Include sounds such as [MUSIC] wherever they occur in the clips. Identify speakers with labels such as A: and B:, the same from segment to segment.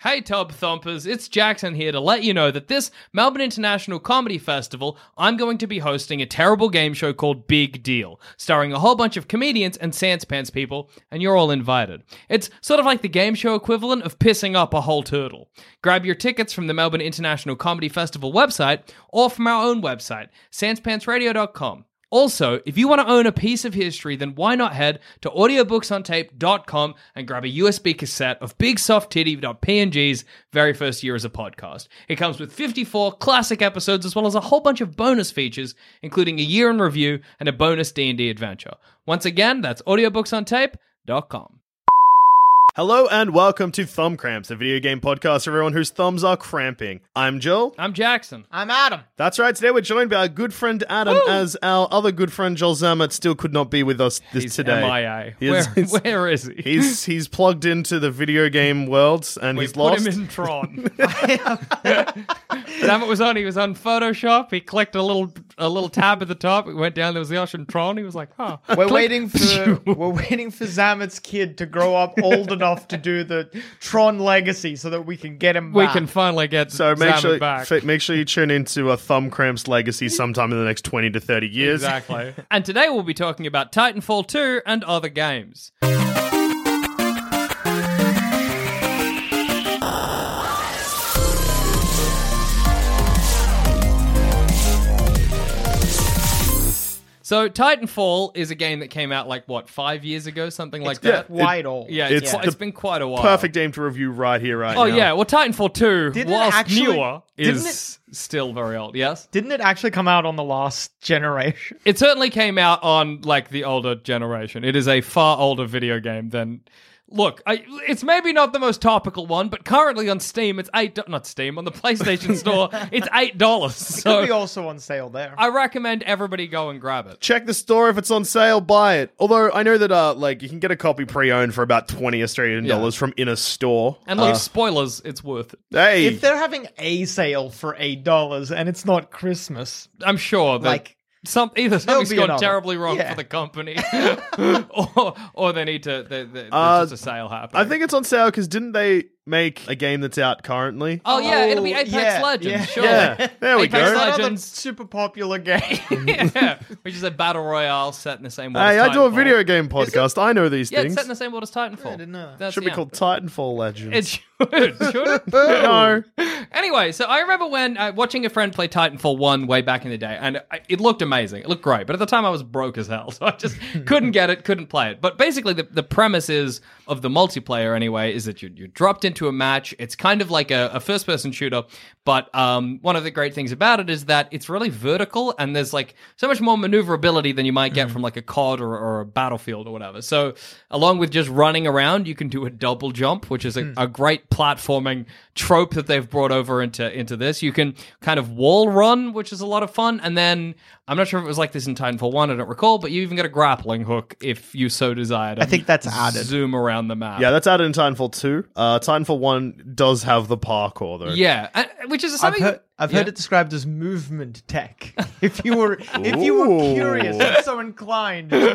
A: Hey, Tub Thumpers, it's Jackson here to let you know that this Melbourne International Comedy Festival, I'm going to be hosting a terrible game show called Big Deal, starring a whole bunch of comedians and Sanspants people, and you're all invited. It's sort of like the game show equivalent of pissing up a whole turtle. Grab your tickets from the Melbourne International Comedy Festival website or from our own website, sanspantsradio.com. Also, if you want to own a piece of history, then why not head to audiobooksontape.com and grab a USB cassette of Big Soft Titty.png's very first year as a podcast. It comes with 54 classic episodes as well as a whole bunch of bonus features, including a year in review and a bonus D&D adventure. Once again, that's audiobooksontape.com.
B: Hello and welcome to Thumb Cramps, a video game podcast for everyone whose thumbs are cramping. I'm Joel.
A: I'm Jackson.
C: I'm Adam.
B: That's right, today we're joined by our good friend Adam, as our other good friend Joel Zammert still could not be with us this
A: He's
B: today.
A: MIA.
B: He
A: Where,
B: is- he's-
A: where is he?
B: He's he's plugged into the video game world and
A: we
B: he's
A: put
B: lost.
A: him
B: [LAUGHS]
A: in [LAUGHS] Tron. Sam was on. He was on Photoshop. He clicked a little a little tab at the top. It went down. There was the ocean Tron. He was like, huh.
C: We're waiting for
A: [LAUGHS]
C: we're waiting for Zamet's kid to grow up old enough to do the Tron legacy so that we can get him
A: We
C: back.
A: can finally get
B: so make
A: Sam
B: sure
A: back.
B: f- make sure you tune into a Thumb Cramps legacy sometime in the next twenty to thirty years.
A: exactly. [LAUGHS] and today we'll be talking about Titanfall 2 and other games. So Titanfall is a game that came out like what five years ago, something like that.
B: yeah,
C: wide old.
A: Yeah,
B: It's
A: it's, qui-
B: the
A: it's been quite a while.
B: Perfect game to review right here, right
A: Oh
B: now.
A: yeah, well, Titanfall two,
C: Didn't it
A: whilst
C: actually-
A: newer,
C: didn't
A: is still very old. Yes,
C: Didn't it actually come out on the last generation?
A: it certainly came out on like the older generation. It is a far older video game than. Look, I, it's maybe not the most topical one, but currently on Steam, it's eight. do- Not Steam on the
C: [LAUGHS]
A: PlayStation Store, it's eight dollars.
C: Could be
A: So
C: also on sale there.
A: Oh. I recommend everybody go and grab it.
B: Check the store if it's on sale, buy it. Although I know that uh like you can get a copy pre-owned for about 20 Australian
A: Yeah.
B: dollars from in a store.
A: And look,
B: Uh,
A: spoilers, it's worth it.
B: hey,
C: if they're having a sale for eight dollars and it's not Christmas,
A: I'm sure that
C: Like,
A: some either something's
C: be
A: gone
C: another.
A: terribly wrong
C: Yeah.
A: for the
C: [LAUGHS]
A: company, [LAUGHS] or or they need to. They, they,
B: Uh,
A: there's just a sale happening.
B: I think it's on sale cuz didn't they make a game that's out currently?
A: Oh yeah, it'll be
C: Oh,
A: Apex
C: yeah,
A: Legends.
C: yeah.
A: Sure. [LAUGHS]
B: yeah. There we
A: Apex
B: go.
C: Another
A: Legends.
C: super
A: [LAUGHS]
C: popular game.
A: yeah, which is a battle royale set in the same world.
B: Hey,
A: as
B: I do a
A: Titanfall.
B: video game podcast. I know these
A: Yeah, it's
B: things.
A: set in the same world as Titanfall.
C: didn't know that.
A: That's-
B: Should be
A: yeah.
B: called Titanfall Legends.
A: It
B: [LAUGHS]
A: should. should it?
B: no.
A: Anyway, so I remember when uh, watching a friend play Titanfall 1 way back in the day, and I, it looked amazing. It looked great. But at the time, I was broke as hell, [LAUGHS] so I
C: [LAUGHS]
A: just couldn't get it, couldn't play it. But basically, the, the premise is of the multiplayer, anyway, is that you're, you're dropped into a match. It's kind of like a, a first person shooter, but um, one of the great things about it is that it's really vertical, and there's like so much more maneuverability than you might
C: Mm-hmm.
A: get from like a COD or, or a Battlefield or whatever. So, along with just running around, you can do a double jump, which is a,
C: Mm.
A: a great platforming trope that they've brought over into into this. You can kind of wall run, which is a lot of fun, and then I'm not sure if it was like this in Titanfall One, I don't recall, but you even get a grappling hook if you so desired. I
C: think that's added.
A: Zoom around the map.
B: Yeah, that's added in Titanfall 2. Uh, Titanfall Titanfall 1 does have the parkour, though.
A: Yeah, and- which is
C: I've
A: something.
C: heard, I've heard
A: Yeah.
C: it described as movement tech. If you were, if you were
B: Ooh.
C: curious and so inclined to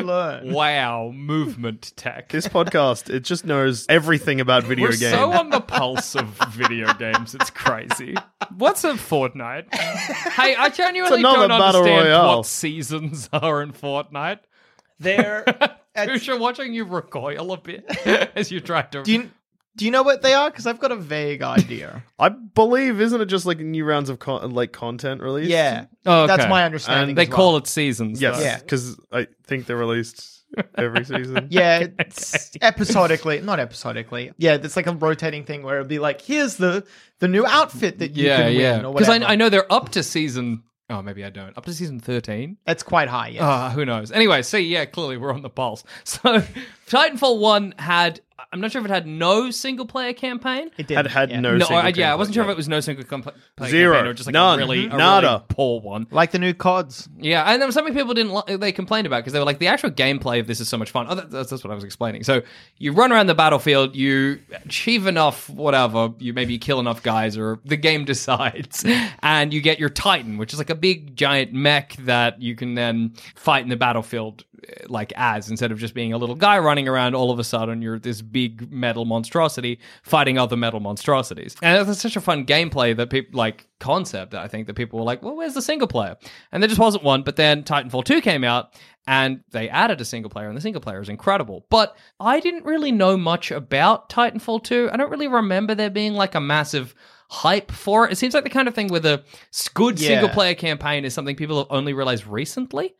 A: [LAUGHS]
C: learn,
A: Wow, movement tech.
B: This podcast, it just knows everything about video
A: [LAUGHS] We're
B: games.
A: so on the pulse [LAUGHS] of video games. It's crazy. What's a Fortnite? hey, I genuinely
B: another
A: don't
B: battle
A: understand
B: royale.
A: what seasons [LAUGHS] are in Fortnite. [LAUGHS]
C: there. at-
A: Tusha, watching you recoil a
C: [LAUGHS]
A: bit as you try to.
C: do you do you know what they are? Because I've got a vague
A: [LAUGHS]
C: idea.
B: I believe, isn't it just like new rounds of con- like content released?
C: yeah,
A: Oh, okay.
C: that's my understanding.
A: they
C: as well.
A: call it seasons.
B: Yes,
A: though.
C: Yeah.
B: because I think they're released
A: [LAUGHS]
B: every season.
C: Yeah, it's episodically, not episodically. Yeah, it's like a rotating thing where it'll be like, here's the the new outfit that you
A: yeah,
C: can win
A: yeah.
C: or
A: Because I,
C: whatever.
A: I know they're up to season. Oh, maybe I don't. Up to season thirteen.
C: that's quite high. Yeah,
A: Uh, who knows? Anyway, see, yeah, clearly we're on the pulse. [LAUGHS] So, Titanfall 1 had, I'm not sure if it had no single player campaign.
C: it did.
B: Had had
C: yeah.
B: no,
A: no,
B: single
A: I, yeah, I
B: gameplay.
A: wasn't sure if it was no single compa- player
B: Zero.
A: campaign or just like
B: None.
A: a really, a really
B: Nada.
A: poor one.
C: like the new cods.
A: Yeah, and there were something people didn't li- they complained about because they were like the actual gameplay of this is so much fun. Oh, that, that's, that's what I was explaining. So you run around the battlefield, you achieve enough whatever, you maybe you kill enough guys or the game [LAUGHS] decides, and you get your Titan, which is like a big giant mech that you can then fight in the battlefield eh, like as instead of just being a little guy running around. All of a sudden, you're this big metal monstrosity fighting other metal monstrosities, and that's such a fun gameplay that people like concept I think that people were like, well, where's the single player? And there just wasn't one. But then Titanfall 2 came out and they added a single player, and the single player is incredible. But I didn't really know much about Titanfall 2. I don't really remember there being like a massive hype for it. It seems like the kind of thing where the s- good
C: Yeah.
A: single player campaign is something people have only realized recently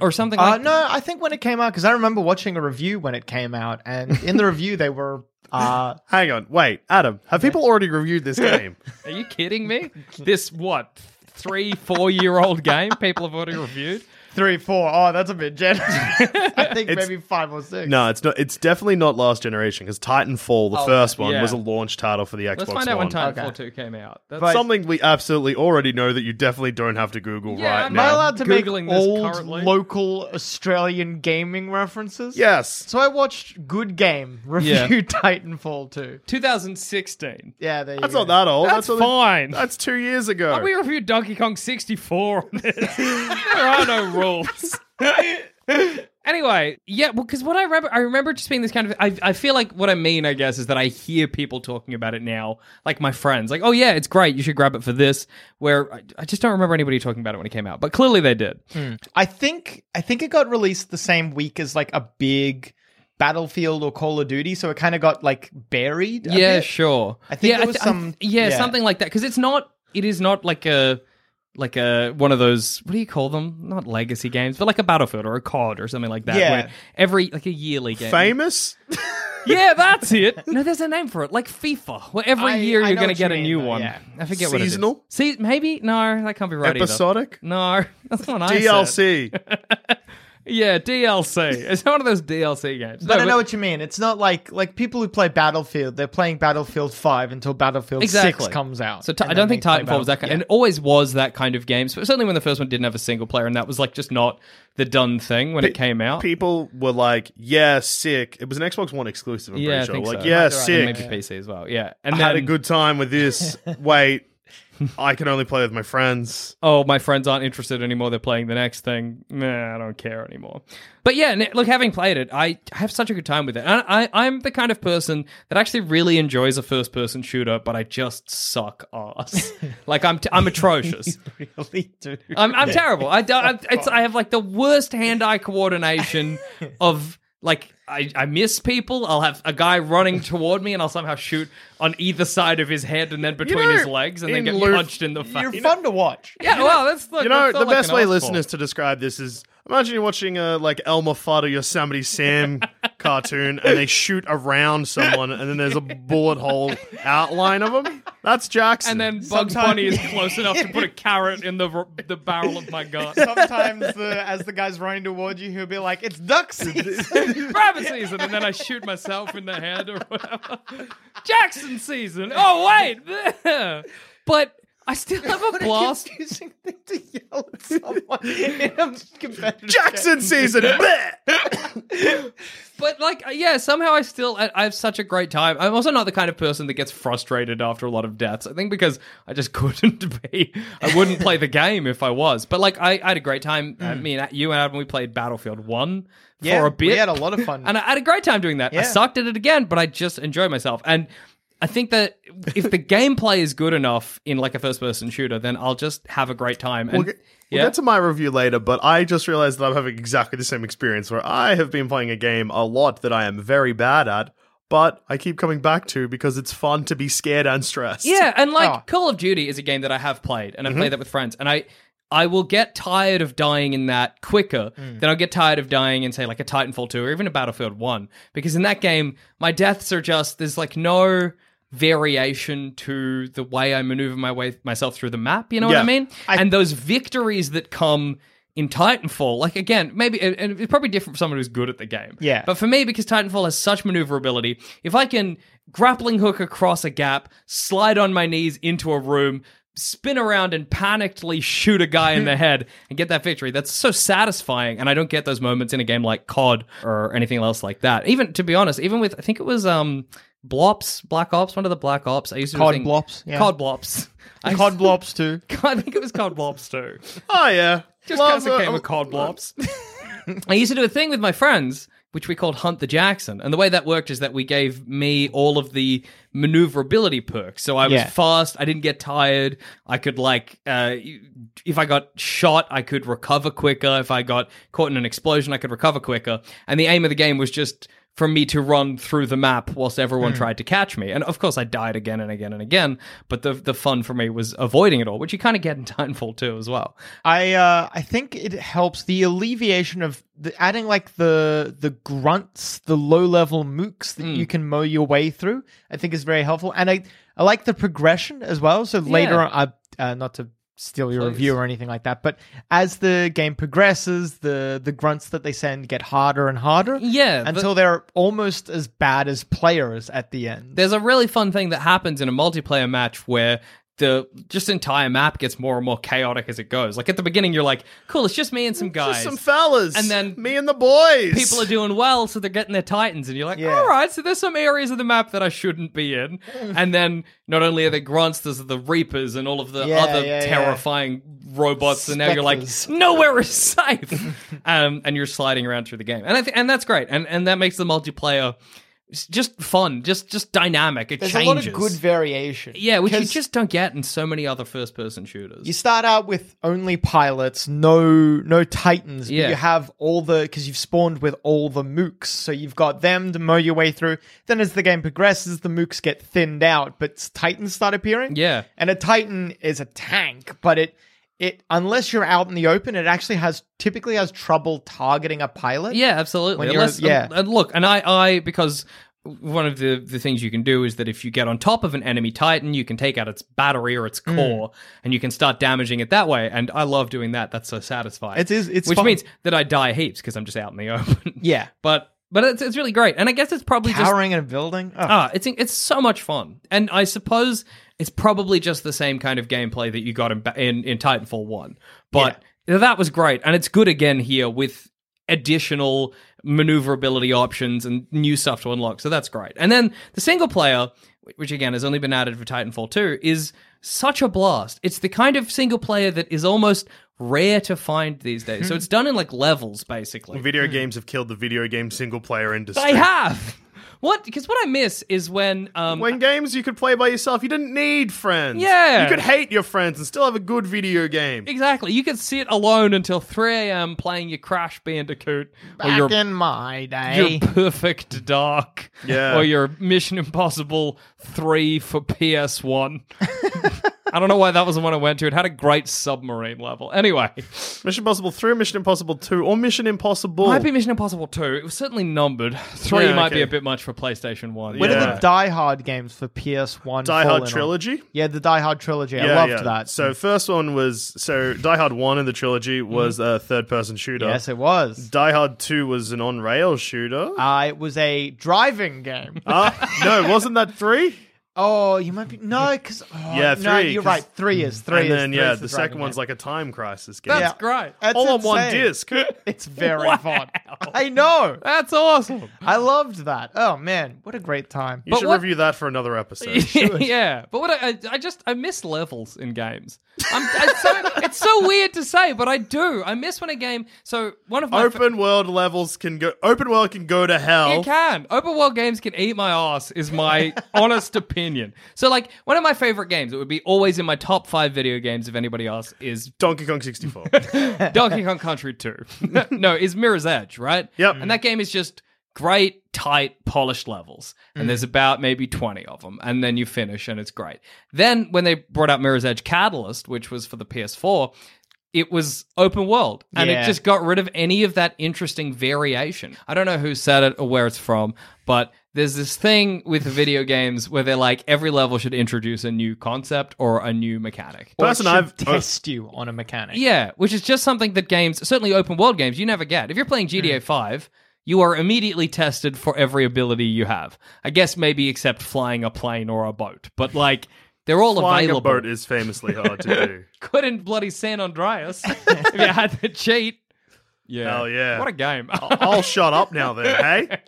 A: or something
C: Uh,
A: like
C: no, I think when it came out, because I remember watching a review when it came out, and in the review they were. Uh,
B: Hang on, wait, Adam, have people already reviewed
A: [LAUGHS]
B: this game?
A: Are you kidding me? this, what, three, four year old game people have already reviewed?
C: Three, four. Oh, that's a bit generous. [LAUGHS] I think maybe five or six.
B: no, it's not. It's definitely not last generation because Titanfall, the first one,
A: Oh, yeah.
B: was a launch title for the Xbox
A: Let's find out
B: One.
A: when Titanfall
C: Okay.
A: 2 came out. That's
C: But-
B: Something we absolutely already know that you definitely don't have to Google
A: Yeah,
B: right
A: I'm
C: Am I
A: not-
B: now.
C: allowed to
A: Googling
C: make
A: this
C: old
A: currently.
C: local Australian gaming references?
B: yes,
C: So I watched Good Game [LAUGHS] review
A: Yeah.
C: Titanfall 2.
A: 2016.
C: Yeah, there you
B: that's
C: go.
B: not that old.
A: That's,
B: only-
A: fine.
B: That's two years ago.
A: we reviewed Donkey Kong 64 on this. [LAUGHS] there are no rules. anyway, yeah, well, because what I remember, I remember it just being this kind of. I, I feel like what I mean, I guess, is that I hear people talking about it now, like my friends, like, oh yeah, it's great, you should grab it for this. Where I, I just don't remember anybody talking about it when it came out, but clearly they did.
C: I think I think it got released the same week as like a big Battlefield or Call of Duty, so it kind of got like buried. a
A: yeah,
C: bit.
A: sure.
C: I think
A: yeah,
C: there was
A: I
C: some-
A: yeah,
C: yeah.
A: something like that. Because it's not. It is not like a like a one of those. What do you call them? Not legacy games, but like a Battlefield or a COD or something like that.
C: Yeah.
A: Where every like a yearly game.
B: famous.
A: [LAUGHS] Yeah, that's
C: [LAUGHS]
A: it. No, there's a name for it, like FIFA, where every
C: I-
A: year
C: I
A: you're
C: know
A: going to
C: what
A: get
C: you
A: a
C: mean,
A: new
C: though,
A: one.
C: yeah.
A: I forget what it is.
B: Seasonal?
A: See, maybe no, that can't be right. either.
B: Episodic?
A: No, [LAUGHS] that's not I said.
B: DLC.
A: Yeah, DLC. It's one of those DLC games.
C: But
A: No,
C: I know what you mean. It's not like like people who play Battlefield, they're playing Battlefield 5 until Battlefield 6 comes out.
A: So t-
C: and
A: I
C: then
A: don't think
C: they play
A: Titanfall was that kind,
C: [LAUGHS]
A: and it always was that kind of game. So certainly when the first one didn't have a single player, and that was like just not the done thing when it came out.
B: People were like, "Yeah, sick." It was an Xbox One exclusive. I'm
A: yeah,
B: pretty
A: I
B: sure.
A: think
B: like,
A: so.
B: yeah,
A: And
B: sick.
A: Maybe PC as well. Yeah, and
B: I
A: then
B: had a good time with this. Wait, I can only play with my friends.
A: oh, my friends aren't interested anymore. They're playing the next thing. Nah, I don't care anymore. But yeah, n- look, having played it, I have such a good time with it. And I, I'm the kind of person that actually really enjoys a first person shooter, but I just suck
C: [LAUGHS]
A: ass. like I'm, t- I'm atrocious.
C: really do.
A: I'm, I'm terrible. I, don't- I, it's, I have like the worst hand eye coordination of like I, I miss people. I'll have a guy running toward me and I'll somehow shoot on either side of his head and then between his
B: know,
A: legs and then
B: in
A: get
B: lieu-
A: punched in the
C: You're
A: face.
C: fun to watch.
A: yeah, well, that's the,
B: [LAUGHS] You know,
A: that's not
B: the
A: like
B: best
A: an
B: way,
A: asshole.
B: listeners, to describe this is imagine you're watching a like Elmer Fudd or Yosemite
A: [LAUGHS]
B: Sam cartoon, and they shoot around someone, and then there's a bullet hole outline of them. That's Jackson.
A: And then Bugs
C: Sometimes-
A: Bunny is close enough to
B: [LAUGHS]
A: put a carrot in the r- the barrel of my gun.
C: Sometimes the, as the guy's running towards you, he'll be like, [LAUGHS] "It's duck season."
A: Rabbit season, and then I shoot myself in the head or whatever. Jackson season. Oh wait, [LAUGHS] but I still have a blast.
C: [LAUGHS] confusing thing to yell at someone in
A: [LAUGHS]
C: a competitive
B: Jackson season. [LAUGHS]
A: But like, uh, yeah, somehow I still I, I have such a great time. I'm also not the kind of person that gets frustrated after a lot of deaths. I think because I just [LAUGHS] couldn't be. I wouldn't play the game if I was. But like, I, I had a great time. Uh, me and you and Adam, we played Battlefield One
C: Mm. Yeah,
A: for a bit.
C: we had a lot of fun.
A: and I had a great time doing that. I
C: Yeah.
A: sucked at it again, but I just enjoyed myself. And I think that if the [LAUGHS] gameplay is good enough in like a first-person shooter, then I'll just have a great time. And
B: We'll get, we'll
A: yeah.
B: get to my review later, but I just realized that I'm having exactly the same experience where I have been playing a game a lot that I am very bad at, but I keep coming back to because it's fun to be scared and stressed.
A: Yeah, and like
C: Oh.
A: Call of Duty is a game that I have played, and I've played that with friends, and I I will get tired of dying in that quicker than I'll get tired of dying in say like a Titanfall two or even a Battlefield one, because in that game my deaths are just there's like no variation to the way I maneuver my way myself through the map. You know what I
B: Yeah.
A: mean? and those victories that come. In Titanfall, like again, maybe and- and it's probably different for someone who's good at the game.
C: Yeah.
A: But for me, because Titanfall has such maneuverability, if I can grappling hook across a gap, slide on my knees into a room, spin around and panically shoot a guy
C: [LAUGHS]
A: in the head and get that victory, that's so satisfying. And I don't get those moments in a game like COD or anything else like that. Even to be honest, even with I think it was um Blops, Black Ops, one of the Black Ops. I used to do a
C: COD
A: thing-
C: Blops, yeah.
A: COD Blops. I,
C: [LAUGHS] Cod Blops too.
A: [LAUGHS] I think it was COD Blops too.
B: Oh, yeah.
A: Just
B: Love,
A: because it came
B: uh,
A: with cod blops. I used to do a thing with my friends, which we called Hunt the Jackson. And the way that worked is that we gave me all of the maneuverability perks. So I was
C: Yeah.
A: fast, I didn't get tired, I could, like, uh, if I got shot, I could recover quicker. If I got caught in an explosion, I could recover quicker. And the aim of the game was just for me to run through the map whilst everyone tried to catch me. And of course, I died again and again and again. But the the fun for me was avoiding it all, which you kind of get in [LAUGHS] Titanfall 2 as well.
C: I uh, I think it helps the alleviation of the, adding like the the grunts, the low level mooks that you can mow your way through. I think is very helpful, and I I like the progression as well. So later
A: Yeah.
C: on, I, uh, not to steal your
A: Please.
C: review or anything like that, but as the game progresses, the the grunts that they send get harder and harder.
A: Yeah, but-
C: until they're almost as bad as players at the end.
A: there's a really fun thing that happens in a multiplayer match where the just entire map gets more and more chaotic as it goes. Like at the beginning, you're like, "Cool, it's just me and some guys."
B: Just some fellas.
A: And then-
B: me and the boys.
A: People are doing well, so they're getting their titans, and you're like,
C: Yeah.
A: "All right." So there's some areas of the map that I shouldn't be
C: [LAUGHS]
A: in, and then not only are there grunts, there's the reapers and all of the
C: Yeah,
A: other
C: yeah, yeah.
A: terrifying robots, and now you're like,
C: Spectres.
A: [LAUGHS] "Nowhere is safe," [LAUGHS] um, and you're sliding around through the game, and I th- and that's great, and and that makes the multiplayer s- just fun, just just dynamic. It
C: There's
A: changes.
C: a lot of good variation.
A: Yeah, which you
C: 'Cause-
A: just don't get in so many other first person shooters.
C: You start out with only pilots, no no titans,
A: Yeah.
C: but you have all the because you've spawned with all the mooks, so you've got them to mow your way through. Then as the game progresses, the mooks get thinned out, but s- titans start appearing.
A: Yeah.
C: and a titan is a tank, but it it unless you're out in the open, it actually has typically has trouble targeting a pilot.
A: yeah, absolutely.
C: When you're-
A: Unless,
C: yeah.
A: and look, and I, I because one of the, the things you can do is that if you get on top of an enemy titan, you can take out its battery or its
C: Hmm.
A: core, and you can start damaging it that way. And I love doing that. That's so satisfying.
C: It is- it's
A: which
C: fun.
A: means that I die heaps because I'm just out in the open.
C: Yeah.
A: [LAUGHS] but but it's, it's really great. And I guess it's probably just
C: towering in a building. Oh.
A: Ah, it's it's so much fun, and I suppose it's probably just the same kind of gameplay that you got in in, in Titanfall One, but that was great, and it's good again here with additional maneuverability options and new stuff to unlock. So that's great. And then the single player, which again has only been added for Titanfall Two, is such a blast. It's the kind of single player that is almost rare to find these days. so it's done in like levels, basically.
B: Video games have killed the video game single player industry.
A: Hmm. They have. What? Because what I miss is when um,
B: When games you could play by yourself, you didn't need friends.
A: Yeah.
B: You could hate your friends and still have a good video game.
A: Exactly. You could sit alone until 3 a.m. playing your Crash Bandicoot or
C: Back
A: your,
C: in my day,
A: your Perfect Dark
B: Yeah.
A: or your Mission Impossible 3 for PS1. I don't know why that was the one I went to. It had a great submarine level. Anyway,
B: Mission Impossible 3, Mission Impossible 2, or Mission Impossible.
A: might be Mission Impossible 2. It was certainly numbered. 3
B: Yeah,
A: might be
B: okay.
A: a bit much for PlayStation 1.
C: When
B: Where
C: are
B: did
C: the Die Hard games for PS1?
B: Die
C: fall in
B: Hard
C: on?
B: Trilogy.
C: Yeah, the Die Hard trilogy. I loved that.
B: So first one was so Die Hard one in the trilogy
C: Mm-hmm.
B: was a third person shooter.
C: yes, it was.
B: Die Hard two was an on
C: Ah.
B: rail shooter. [LAUGHS]
C: Uh, it was a driving game.
B: Ah, no, wasn't that three?
C: Oh, you might be no, because
B: Yeah,
C: No,
B: three,
C: you're
B: 'cause-
C: right. Three is [LAUGHS] three.
B: and
C: is-
B: then
C: three
B: yeah,
C: is
B: the second
C: driving
B: one's
C: game.
B: like a time crisis game.
A: That's
C: Yeah.
A: great.
C: That's
B: all on one
C: insane.
B: disc.
C: It's very fun.
A: Wow.
C: I know.
A: That's awesome.
C: I loved that. Oh man, what a great time.
B: You
A: [LAUGHS] But
B: should
A: what-
B: review that for another
C: [LAUGHS]
B: episode.
A: [LAUGHS] yeah, but what I, I, I just I miss levels in games. I'm,
B: [LAUGHS]
A: it's, so, it's so weird to say, but I do. I miss when a game. So one of my fa-
B: [LAUGHS] open world levels can go. Open world can go to hell.
A: It can. Open world games can eat my ass,
B: [LAUGHS]
A: is my honest opinion. So, like, one of my favorite games, it would be always in my top five video games if anybody else, is
B: Donkey Kong
C: [LAUGHS]
B: 64.
A: Donkey Kong Country 2. [LAUGHS] No, no, is Mirror's Edge, right?
B: Yep.
A: And that game is just great, tight, polished levels. And there's about maybe 20 of them. And then you finish and it's great. Then when they brought out Mirror's Edge Catalyst, which was for the PS4, it was open world and it
C: Yeah.
A: just got rid of any of that interesting variation. I don't know who said it or where it's from, but there's this thing with video games where they're like every level should introduce a new concept or a new mechanic.
C: Or it
B: Person
C: should
B: I've- oh.
C: test you on a mechanic.
A: Yeah, which is just something that games, certainly open world games, you never get. If you're playing GTA
B: Mm.
A: 5, you are immediately tested for every ability you have. I guess maybe except flying a plane or a boat, but like they're all
B: Flying a
A: available.
B: boat is famously hard
C: [LAUGHS]
B: to do.
A: Couldn't bloody
B: [LAUGHS]
A: San Andreas if you had the cheat. Yeah.
B: Hell yeah. Oh,
A: What a game.
B: I'll shut up now then,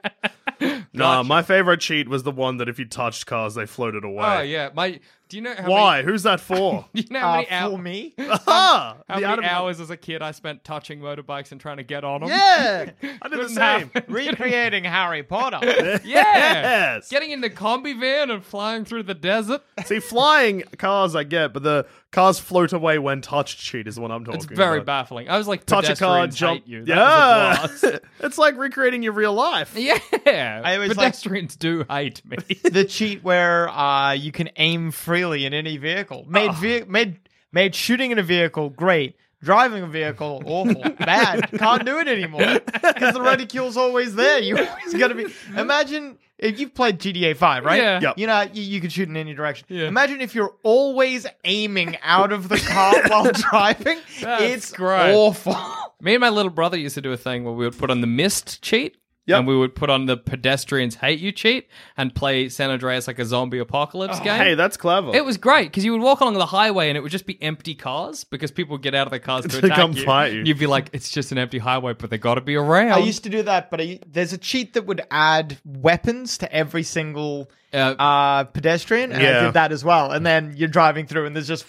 B: hey? Nah, my favorite cheat was the one that if you touched cars, they floated away.
A: [LAUGHS] oh yeah, my do you know how
B: Why? Who's that for?
A: Many, [LAUGHS] do you know how
C: Uh,
A: many hours [LAUGHS]
C: for me.
B: ah,
A: how
B: the
A: many
B: Adam-
A: hours as a kid I spent touching motorbikes and trying to get on them? [LAUGHS]
C: Yeah,
B: I did the
A: Couldn't have-
B: same.
C: recreating Harry Potter.
A: yeah.
B: [LAUGHS] Yes.
A: Getting in the combi van and flying through the desert.
B: See, flying cars I get, but the cars float away when touched cheat is what I'm talking
A: It's
B: about.
A: very baffling. I was like,
B: Touch a car,
A: pedestrians
B: jump.
A: hate you. That
B: yeah. [LAUGHS]
A: was a blast.
B: it's like recreating your real life.
A: yeah.
C: I always like-
A: pedestrians do hate me.
C: the cheat where uh, you can aim freely in any vehicle. Made
A: Oh.
C: ve- made made shooting in a vehicle great. Driving a vehicle
A: [LAUGHS]
C: awful, bad. Can't do it anymore because the ridicule's always there. You always got to be. Imagine if you've played GTA Five, right?
A: Yeah.
B: Yep.
C: You know you, you could shoot in any direction.
A: Yeah.
C: Imagine if you're always aiming out of the
A: [LAUGHS]
C: car while driving.
A: That's
C: it's
A: great.
C: awful.
A: me and my little brother used to do a thing where we would put on the mist cheat.
B: Yep.
A: And we would put on the pedestrians hate you cheat and play San Andreas like a zombie apocalypse game.
B: Oh, Hey, that's clever.
A: it was great because you would walk along the highway and it would just be empty cars because people would get out of their
B: [LAUGHS]
A: cars to,
B: To
A: attack
B: come
A: you.
B: fight you.
A: You'd be like, it's just an empty highway, but they got to be around.
C: I used to do that, but I, there's a cheat that would add weapons to every single
A: Uh,
C: uh, pedestrian, and
B: Yeah.
C: I did that as well. And then you're driving through, and there's just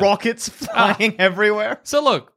C: rockets [LAUGHS] flying everywhere.
A: So look,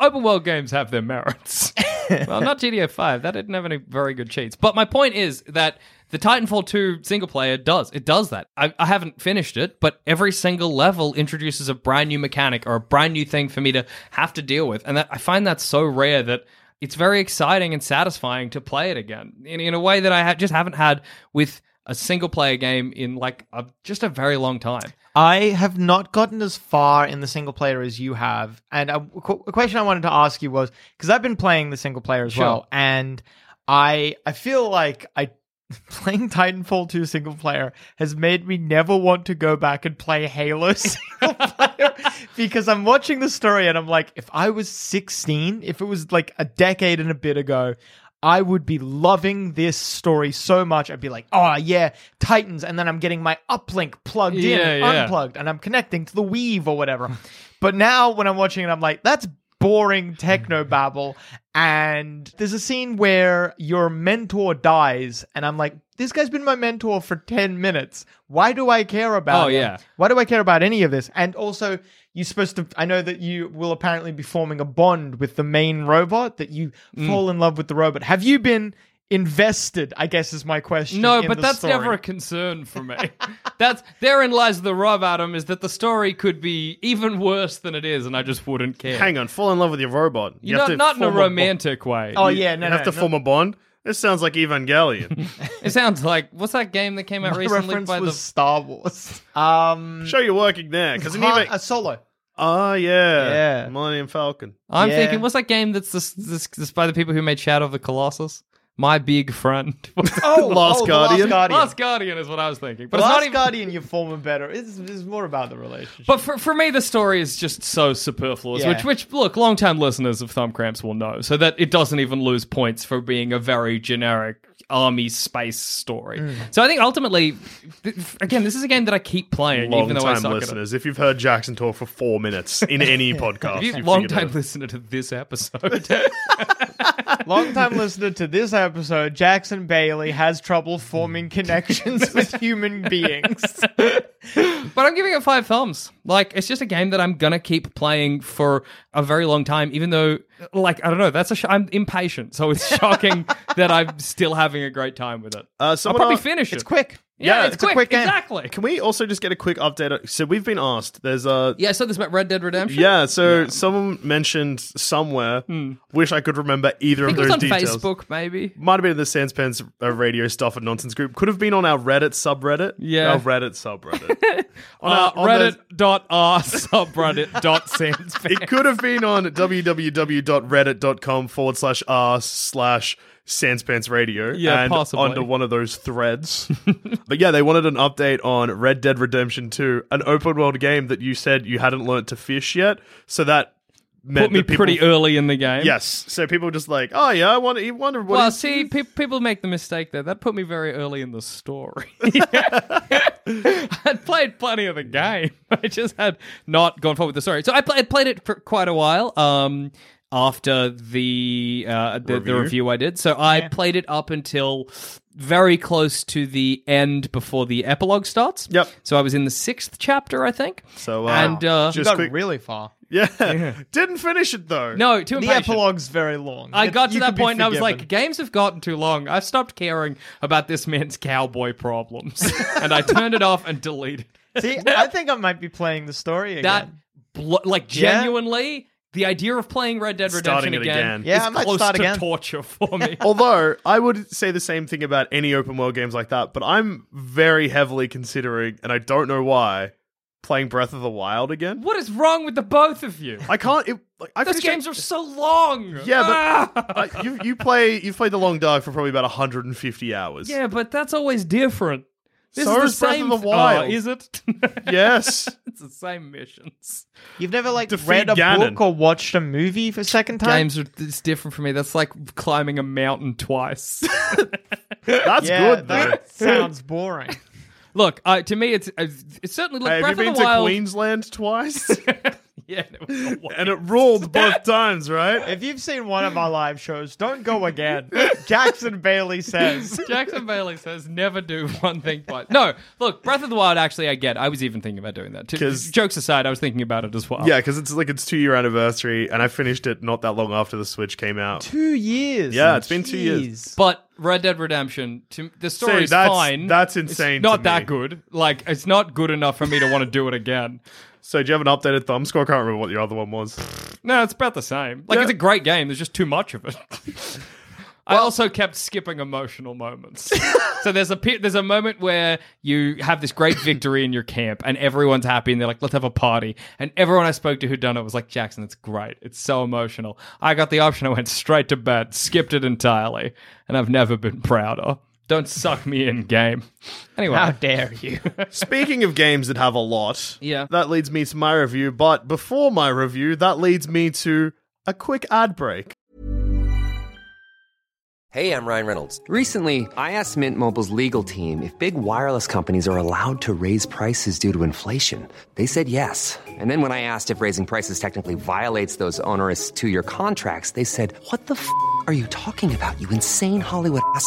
A: open world games have their merits. well, not GTA 5. That didn't have any very good cheats. But my point is that the Titanfall 2 single player does. It does that. I, I haven't finished it, but every single level introduces a brand new mechanic or a brand new thing for me to have to deal with. And that, I find that so rare that it's very exciting and satisfying to play it again in, in a way that I ha- just haven't had with a single player game in like a, just a very long time.
C: I have not gotten as far in the single player as you have, and a, qu- a question I wanted to ask you was because I've been playing the single player as
A: Sure.
C: well, and I I feel like I. [LAUGHS] Playing Titanfall 2 single player has made me never want to go back and play Halo [LAUGHS] single player because I'm watching the story and I'm like, if I was 16, if it was like a decade and a bit ago, I would be loving this story so much. I'd be like, oh yeah, Titans. And then I'm getting my uplink plugged in,
A: Yeah,
C: and
A: yeah.
C: unplugged, and I'm connecting to the weave or whatever. but now when I'm watching it, I'm like, that's
A: [LAUGHS]
C: boring techno babble. And there's a scene where your mentor dies, and I'm like, this guy's been my mentor for 10 minutes. Why do I care about
A: Oh,
C: him?
A: yeah.
C: Why do I care about any of this? And also, you're supposed to. I know that you will apparently be forming a bond with the main robot, that you
A: Mm.
C: fall in love with the robot. Have you been invested? I guess is my question.
A: No,
C: in
A: but
C: the
A: that's
C: story?
A: never a concern for me. that's therein lies the rub, Adam, is that the story could be even worse than it is, and I just wouldn't care.
B: Hang on, fall in love with your robot. You
A: not, not in a
B: form bo-
A: romantic way.
C: Oh, yeah,
B: you
C: no,
B: have
C: no,
B: to
C: no.
B: form a bond. This sounds like
A: [LAUGHS]
B: Evangelion.
A: It sounds like what's that game that came out
C: My
A: recently
C: reference
A: by
C: was
A: the
C: Star
A: [LAUGHS]
C: Wars. Um,
B: Show you're working there, because in
C: Han-
B: Evan-
C: a solo.
B: oh yeah,
C: Yeah.
B: Millennium Falcon.
A: I'm
C: Yeah.
A: thinking, what's that game that's this, this, this by the people who made Shadow of the Colossus? My big friend. [LAUGHS]
C: Oh,
B: Last
C: the
B: Guardian?
C: Last Guardian.
A: Last Guardian is what I was thinking. But
C: The
A: it's not
C: Last
A: even
C: Guardian, you form a better. It's, it's more about the relationship.
A: But for, for me, the story is just so superfluous,
C: Yeah.
A: which, which look, long-time listeners of Thumbcramps will know, so that it doesn't even lose points for being a very generic army space story. So I think ultimately, th- again, this is a game that I keep playing,
B: Long
A: even though I
B: time
A: suck at it.
B: listeners, if you've heard Jackson talk for four minutes
A: [LAUGHS]
B: in any podcast,
A: If you
B: you've
A: long
B: figured
A: time
B: it.
A: listener to this episode, [LAUGHS]
C: Long time listener to this episode, Jackson Bailey has
A: [LAUGHS]
C: trouble forming connections with human beings.
A: But I'm giving it five thumbs. Like, it's just a game that I'm gonna keep playing for a very long time, even though, like, I don't know. That's a sh- I'm impatient, so it's shocking that I'm still having a great time with it.
B: Uh,
A: I'll
B: someone
A: probably
B: a-
A: finish it.
C: It's quick.
A: Yeah, it's,
C: it's a
A: quick.
C: quick game.
A: Exactly.
B: Can we also just get a quick update? So we've been asked. There's a
A: Yeah, I saw this about Red Dead Redemption.
B: yeah. So someone mentioned somewhere. Wish I could remember either
A: Hmm. I
B: of
A: think it
B: those
A: was on
B: details.
A: Facebook, maybe.
B: Might have been in the Sanspans uh, Radio Stuff and Nonsense group. Could have been on our Reddit subreddit.
A: Yeah.
B: Our Reddit subreddit.
A: [LAUGHS]
B: on
A: Uh,
B: our- on the-
A: Reddit.r [LAUGHS] subreddit dot sans
B: [LAUGHS] It could have been on www.reddit.com forward slash r slash Sanspants Radio.
A: Yeah,
B: and
A: possibly.
B: Onto one of those threads. [LAUGHS] but yeah, they wanted an update on Red Dead Redemption 2, an open world game that you said you hadn't learnt to fish yet. So that meant
A: Put me
B: that people-
A: pretty early in the game.
B: Yes. So people were just like, oh yeah, I wonder, you wonder what.
A: Well,
B: he's-
A: see, pe- people make the mistake there. That put me very early in
B: [LAUGHS]
A: the story. [LAUGHS] I'd played plenty of the game. [LAUGHS] I just had not gone forward with the story. So I, pl- I played it for quite a while. Um, after the uh, the review. the review I did, so I played it up until very close to the end before the epilogue starts.
B: Yep.
A: So I was in the sixth chapter, I think.
B: So, uh,
A: and uh,
C: You
B: just- It's
C: got
B: quick.
C: really far.
B: [LAUGHS] yeah. Didn't finish it though.
A: no, too
C: The
A: impatient.
C: epilogue's very long.
A: I
C: It-
A: got to
C: you
A: that
C: could be
A: point and I was
C: forgiven.
A: like, games have gotten too long. I've stopped caring about this man's cowboy problems. [LAUGHS] and I turned it off and deleted.
C: See, I think I might be playing the story again.
A: That, blo- like,
C: Yeah.
A: genuinely, the idea of playing Red Dead Redemption
B: Starting it
A: again,
B: again. Oh.
C: Yeah,
A: is
C: I might
A: close
C: start
A: to
C: again.
A: torture
B: [LAUGHS]
A: for me.
B: Although I would say the same thing about any open world games like that, but I'm very heavily considering, and I don't know why, playing Breath of the Wild again.
A: what is wrong with the both of you?
B: I can't. It, like, I
A: Those
B: finished
A: games
B: it-
A: are so long.
B: Yeah,
A: Ah!
B: uh, you you play you play the Long Dark for probably about 150 hours.
A: yeah, but that's always different. This
B: So
A: is
B: is
A: the
B: Breath of
A: same
B: the
A: oh,
B: Wild.
A: is it? [LAUGHS]
B: Yes.
A: it's the same missions.
C: You've never like
B: Defeat
C: read a
B: Ganon.
C: book or watched a movie for a second time.
A: Games are it's different for me. That's like climbing a mountain twice. [LAUGHS]
B: That's
C: yeah,
B: good though.
C: that sounds boring.
A: Look, uh, to me, it's uh, it certainly looked
B: Hey, have
A: Breath
B: you been
A: of
B: to
A: the Wild.
B: Queensland twice?
A: [LAUGHS] Yeah, it was a while.
B: and it ruled both times, right?
C: If you've seen one of our live shows, don't go again. Jackson Bailey says.
A: Jackson Bailey says never do one thing twice. No, look, Breath of the Wild. Actually, I get. I was even thinking about doing that.
B: 'Cause-
A: T- jokes aside, I was thinking about it as well.
B: Yeah, because it's like its two year anniversary, and I finished it not that long after the Switch came out.
C: [LAUGHS] Two years.
B: Yeah, it's been two years.
A: But Red Dead Redemption, to, the story's
B: that's-
A: fine.
B: that's
A: It's
B: insane
A: not
B: to
A: that
B: me.
A: good. Like it's not good enough for me to want to do it again.
B: So do you have an updated thumb score? I can't remember what the other one was.
A: No, it's about the same. Like
B: Yeah.
A: it's a great game. There's just too much of it. I also kept skipping emotional moments. so there's a pe- there's a moment where you have this great victory in your camp, and everyone's happy, and they're like, "Let's have a party." And everyone I spoke to who'd done it was like, "Jackson, it's great. It's so emotional." I got the option. I went straight to bed, skipped it entirely, and I've never been prouder. Don't suck me in, game. Anyway,
C: How dare you?
B: Speaking of games that have a lot,
A: Yeah.
B: that leads me to my review. But before my review, that leads me to a quick ad break.
D: Hey, I'm Ryan Reynolds. Recently, I asked Mint Mobile's legal team if big wireless companies are allowed to raise prices due to inflation. They said yes. And then when I asked if raising prices technically violates those onerous two year contracts, they said, What the f are you talking about, you insane Hollywood ass? f-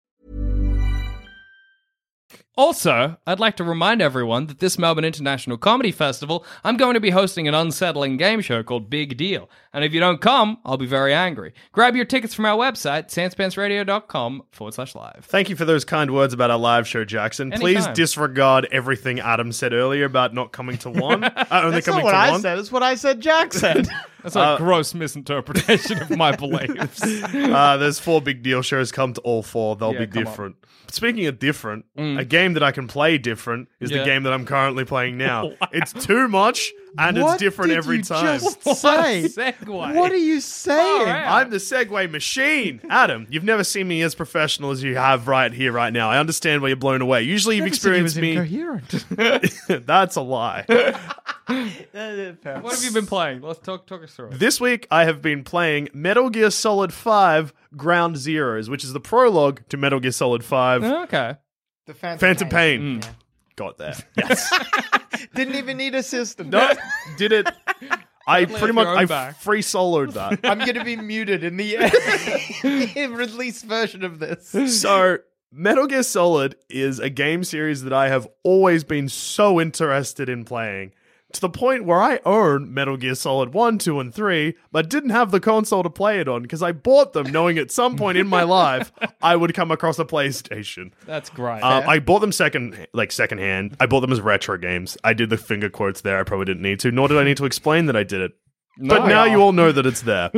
A: Also, I'd like to remind everyone that this Melbourne International Comedy Festival, I'm going to be hosting an unsettling game show called Big Deal. And if you don't come, I'll be very angry. Grab your tickets from our website, sanspantsradio.com forward slash live.
B: Thank you for those kind words about our live show, Jackson. Please
A: Anytime.
B: disregard everything Adam said earlier about not coming to
C: [LAUGHS]
B: one. Uh, only
C: That's
B: coming
C: not what
B: to
C: I
B: one.
C: said. It's what I said. Jack said.
A: That's a gross misinterpretation of my beliefs.
B: [LAUGHS] uh, there's four big deal shows. Come to all four; they'll
A: Yeah,
B: be
A: come on.
B: different. Speaking of different,
C: Mm.
B: a game that I can play different is
A: Yeah.
B: the game that I'm currently
C: [LAUGHS]
B: playing now. It's too much, [LAUGHS] and
C: what
B: it's different
C: did
B: every
C: you
B: time. [LAUGHS]
C: [LAUGHS] Just
A: What a
C: say?
A: segue.
C: What are you saying?
A: All right.
B: I'm the Segway machine, Adam. You've never seen me as professional as you have right here, right now. I understand why you're blown away. Usually, you've
C: Never said he was
B: experienced me. [LAUGHS]
C: incoherent.
B: That's a lie.
A: What have you been playing? Let's talk, talk us through it.
B: This week, I have been playing Metal Gear Solid 5 Ground Zeroes, which is the prologue to Metal Gear Solid 5
A: Okay.
C: The Phantom,
B: Phantom Pain.
A: Mm.
B: Got there.
A: [LAUGHS]
B: Yes.
C: Didn't even need a system.
B: no, did it. I
A: Totally
B: pretty
A: off
B: much
A: your own
B: I
A: back.
B: free soloed that.
C: [LAUGHS] I'm going to be muted in [LAUGHS] the release version of this.
B: [LAUGHS] so, Metal Gear Solid is a game series that I have always been so interested in playing. To the point where I own Metal Gear Solid 1, 2, and 3, but didn't have the console to play it on because I bought them knowing at some point in my life I would come across a PlayStation.
A: That's great.
B: Um, I bought them second, like secondhand. I bought them as retro games. I did the finger quotes there. I probably didn't need to, nor did I need to explain that I did it. But now you all know that it's there.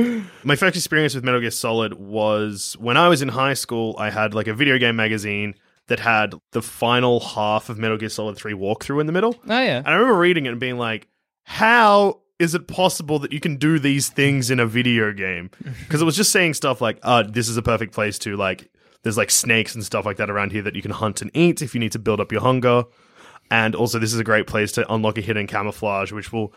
B: My first experience with Metal Gear Solid was when I was in high school. I had like a video game magazine that had the final half of Metal Gear Solid Three walkthrough in the middle,
A: oh, yeah.
B: and I remember reading it and being like, "How is it possible that you can do these things in a video
A: [LAUGHS]
B: game?" Because it was just saying stuff like, "Uh, this is a perfect place to like." There's like snakes and stuff like that around here that you can hunt and eat if you need to build up your hunger, and also this is a great place to unlock a hidden camouflage, which will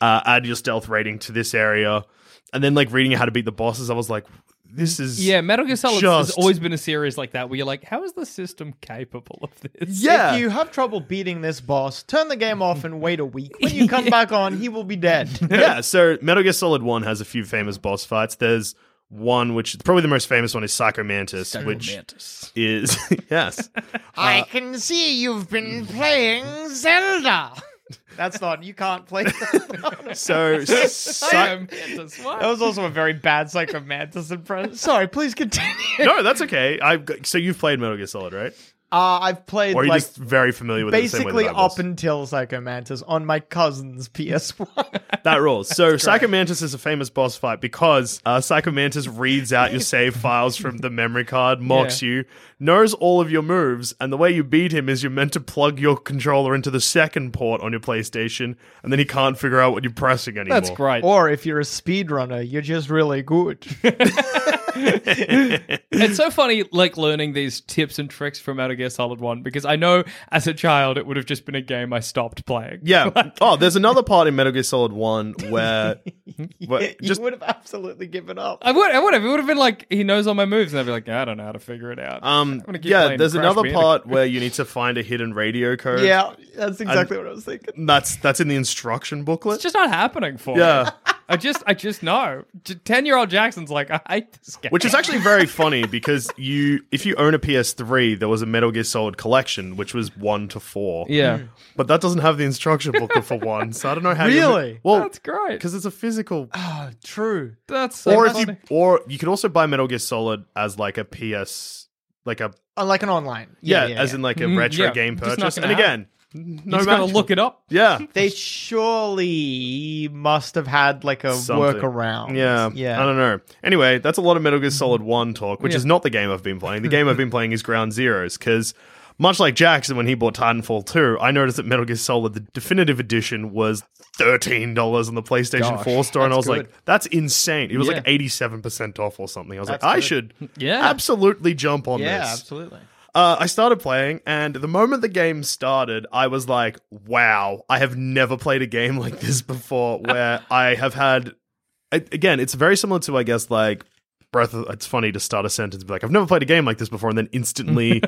B: uh, add your stealth rating to this area. And then like reading how to beat the bosses, I was like, "This is
A: Yeah, Metal Gear Solid has
B: just-
A: always been a series like that where you're like, how is the system capable of this? [LAUGHS]
B: yeah."
C: If you have trouble beating this boss, turn the game off and wait a week. When you [LAUGHS] come back on, he will be
B: [LAUGHS]
C: dead.
B: yeah, so Metal Gear Solid 1 has a few famous boss fights. There's one which probably the most famous one is Psycho Mantis, which is [LAUGHS] yes.
C: I can see you've been playing Zelda. [LAUGHS] That's not. You can't [LAUGHS] play. Zelda.
B: So Psy-
C: that
B: Oh,
C: was also a very bad Psychomantis impression. Sorry, please continue.
B: No, that's okay. I so you've played Metal Gear Solid, right?
C: [LAUGHS] Uh, I've played
B: Or are you
C: like
B: just very familiar with it the same way
C: basically
B: that I was?
C: up until Psychomantis on my
B: [LAUGHS]
C: cousin's PS1.
B: that rules. So Psycho Mantis is a famous boss fight because uh, Psycho Mantis reads out your save files from the memory card, mocks you, knows all of your moves, and the way you beat him is you're meant to plug your controller into the second port on your PlayStation, and then he can't figure out what you're pressing anymore.
A: That's great.
C: or if you're a speedrunner, you're just really
B: [LAUGHS]
C: good.
A: it's so funny, like learning these tips and tricks from Metal Gear Solid One, because I know as a child it would have just been a game I stopped playing. [LAUGHS]
B: Yeah. Oh, there's another part in Metal Gear Solid One where, where
C: you
B: just
C: would have absolutely given up.
A: I would, I would have. It would have been like he knows all my moves, and I'd be like, I don't know how to figure it out.
B: um
A: gonna keep
B: yeah,
A: playing
B: there's
A: Crash
B: another
A: Bandicoot.
B: part where you need to find a hidden radio
A: [LAUGHS]
B: code.
C: yeah, that's exactly what I was thinking.
B: That's that's in the instruction booklet.
A: it's just not happening for me.
B: Yeah.
A: I just, I just know. Ten year old Jackson's like, I hate this game.
B: Which is actually very funny because you, if you own a PS3, there was a Metal Gear Solid collection, which was one to four.
A: yeah,
B: but that doesn't have the instruction booklet for one, so I don't know how.
C: Really?
B: you well,
A: that's great.
B: because it's a physical.
C: Oh, true.
A: That's so
B: or if
A: funny.
B: you, or you could also buy Metal Gear Solid as like a PS, like a
C: Uh, like an online.
B: yeah, as in like a retro
A: Mm-hmm. yeah,
B: game
A: just not
B: purchase.
A: gonna
B: And
A: happen.
B: again,
A: you
B: no
A: just gotta
B: match.
A: look it up.
B: [LAUGHS] Yeah,
C: they surely must have had like a
B: Something.
C: workaround.
B: Yeah,
C: yeah.
B: I don't know. Anyway, that's a lot of Metal Gear Solid One talk, which is not the game I've been playing. The game I've been playing is Ground Zeroes because. Much like Jackson when he bought Titanfall 2, I noticed that Metal Gear Solid, the definitive edition, was $13 on the PlayStation
A: Gosh,
B: 4 store. And I was
A: that's
B: like, that's insane. It was like
A: Yeah.
B: 87% off or something. I was
C: That's
B: like, I
C: good.
B: should
A: Yeah.
B: absolutely jump on
C: yeah,
B: this.
C: absolutely.
B: Uh, I started playing, and the moment the game started, I was like, wow, I have never played a game [LAUGHS] like this before
A: [LAUGHS]
B: where I have had. a- Again, it's very similar to, I guess, like Breath of. It's funny to start a sentence, be like, I've never played a game like this before, and then
A: [LAUGHS]
B: instantly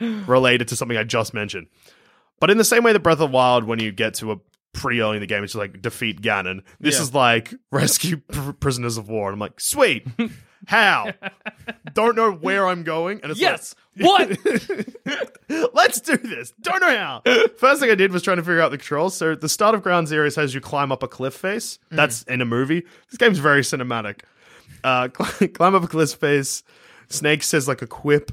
B: relate it to something I just mentioned. But in the same way that Breath of the Wild, when you get to a pretty early in the game, it's just like defeat Ganon. This
C: Yeah.
B: is like [LAUGHS] rescue pr- prisoners of war. And I'm like,
A: [LAUGHS]
B: sweet. How? Don't know where I'm going. And it's like-
A: Yes.
B: [LAUGHS]
A: What?
B: Let's do this. Don't know how. First thing I did was trying to figure out the controls. So the start of Ground Zero has you climb up a cliff face. That's in a movie. This game's very cinematic. Uh, [LAUGHS] cl- climb up a cliff face. Snake says like a quip,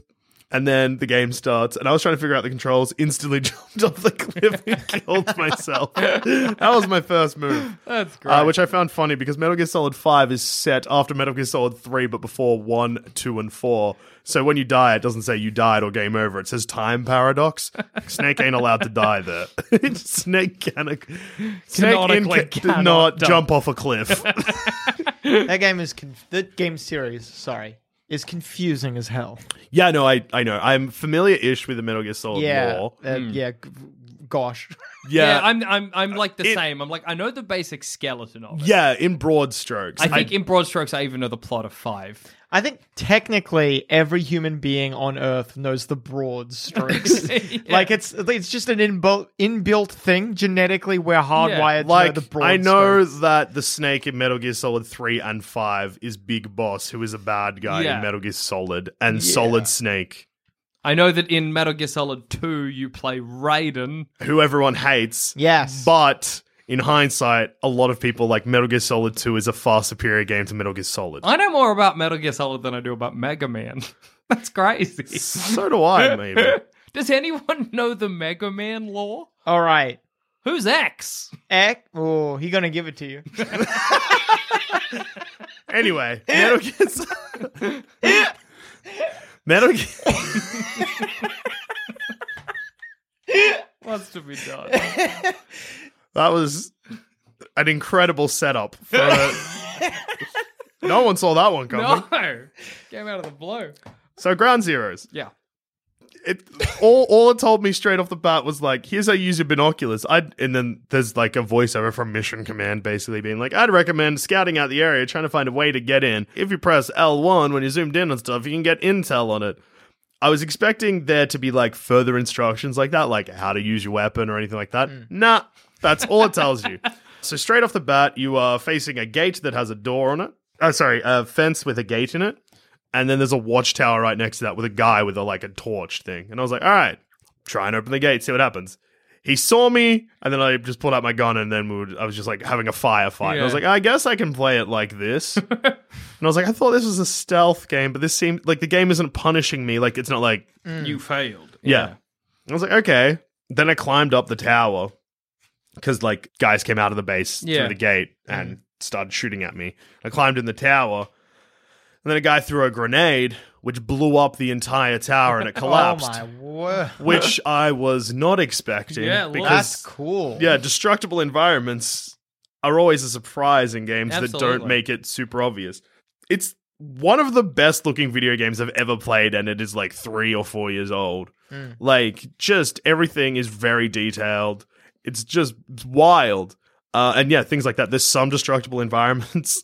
B: and then the game starts. And I was trying to figure out the controls. Instantly [LAUGHS] jumped off the cliff and [LAUGHS] killed myself. that was my first move.
A: That's great.
B: Uh, which I found funny because Metal Gear Solid 5 is set after Metal Gear Solid 3, but before 1, 2, and 4. So when you die, it doesn't say you died or game over. It says time paradox. Snake ain't allowed to die there. [LAUGHS] Snake can Snake in
A: Canonically
B: ca- did
A: cannot
B: not
A: die.
B: jump off a cliff. [LAUGHS]
C: That game is conf- the game series. Sorry, is confusing as hell.
B: yeah, no, I, I know. I'm familiar ish with the Metal Gear Solid
C: yeah,
B: lore.
C: uh, yeah. g- Gosh, [LAUGHS]
A: yeah, I'm, I'm, I'm like the
B: Uh, it-
A: same. I'm like, I know the basic skeleton of it.
B: yeah, in broad strokes.
A: I think in broad strokes, I even know the plot of five.
C: I think technically every human being on Earth knows the broad strokes. Like it's it's just an inbuilt inbuilt thing genetically. We're hardwired to
B: like
C: know the broad
B: I know
C: strokes.
B: that the snake in Metal Gear Solid 3 and 5 is Big Boss, who is a bad guy
A: Yeah.
B: in Metal Gear Solid, and Solid Snake,
A: I know that in Metal Gear Solid 2, you play Raiden.
B: who everyone hates.
C: Yes.
B: But in hindsight, a lot of people like Metal Gear Solid 2 is a far superior game to Metal Gear
A: [LAUGHS]
B: Solid.
A: I know more about Metal Gear Solid than I do about Mega Man. [LAUGHS] That's crazy.
B: so do I, maybe.
A: Does anyone [LAUGHS] know the Mega Man lore?
C: All right.
A: Who's X?
C: Ek, oh, he gonna give it to you.
B: Anyway,
A: [LAUGHS]
B: Metal Gear Solid. [LAUGHS] Metal Gear.
A: Wants to be done.
B: That was an incredible setup for. a- no one saw that one coming.
A: [LAUGHS] no. Came out of the blue.
B: So, Ground Zeroes.
A: Yeah.
B: it all all it told me straight off the bat was like, here's how you use your binoculars. I and then there's like a voiceover from Mission Command basically being like, I'd recommend scouting out the area, trying to find a way to get in. If you press L1 when you're zoomed in and stuff, you can get intel on it. I was expecting there to be like further instructions like that, like how to use your weapon or anything like that. Nah, that's all it tells you. So straight off the bat, you are facing a gate that has a door on it. Oh, sorry, a fence with a gate in it and then there's a watchtower right next to that with a guy with a like a torch thing. And I was like, all right, try and open the gate, see what happens. He saw me, and then I just pulled out my gun, and then we would, I was just like having a firefight. And I was
A: Yeah.
B: like, I guess I can play it like this. and I was like, I thought this was a stealth game, but this seemed like the game isn't punishing me. Like it's not like
A: You failed.
B: yeah. I was like, okay. Then I climbed up the tower because like guys came out of the base
A: Yeah.
B: through the gate and started shooting at me. I climbed in the tower, and then a guy threw a grenade which blew up the entire tower and it collapsed.
C: Oh my word.
B: Which I was not expecting.
A: Yeah, well,
C: That's
B: because
C: cool.
B: yeah, destructible environments are always a surprise in games that
A: Absolutely.
B: don't make it super obvious. It's one of the best looking video games I've ever played, and it is like three or four years old.
A: Hmm.
B: Like, just everything is very detailed. It's just wild. Uh, and yeah, things like that. There's some destructible [LAUGHS] environments.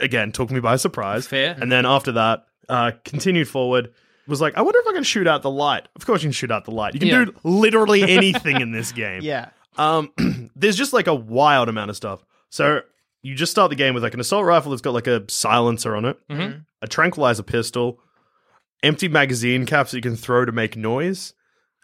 B: Again, took me by surprise.
A: Fair.
B: And then after that, uh, continued forward. Was like, I wonder if I can shoot out the light. Of course, you can shoot out the light. You can
A: Yeah.
B: do literally anything in this [LAUGHS] game.
C: Yeah.
B: Um, [CLEARS THROAT] there's just like a wild amount of stuff. So you just start the game with like an assault rifle that's got like a silencer on it,
A: Mhm.
B: a tranquilizer pistol, empty magazine caps that you can throw to make noise,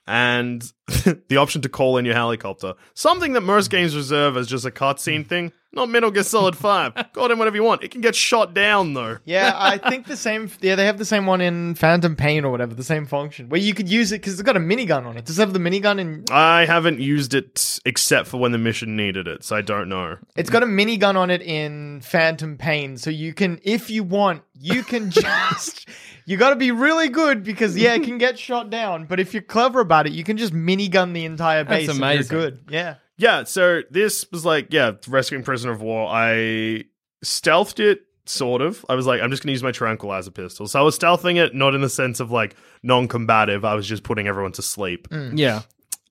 B: and [LAUGHS] the option to call in your helicopter. Something that most games reserve as just a cutscene thing. Not Metal Gear Solid 5. Call it in whatever you want. It can get shot down though.
C: Yeah, I think the same. Yeah, they have the same one in Phantom Pain or whatever, the same function where you could use it because it's got a minigun on it. Does it have the minigun? And
B: I haven't used it except for when the mission needed it, so I don't know.
C: it's got a minigun on it in Phantom Pain, so you can, if you want,
A: [LAUGHS]
C: you can just. you got to be really good because yeah, it can get shot down. But if you're clever about it, you can just minigun the entire base. and
A: amazing.
C: you're good. Yeah.
B: Yeah, so this was like, yeah, rescuing prisoner of war. I stealthed it sort of. I was like, I'm just going to use my tranquilizer pistol. So I was stealthing it, not in the sense of like non combative. I was just putting everyone to sleep,
A: Yeah.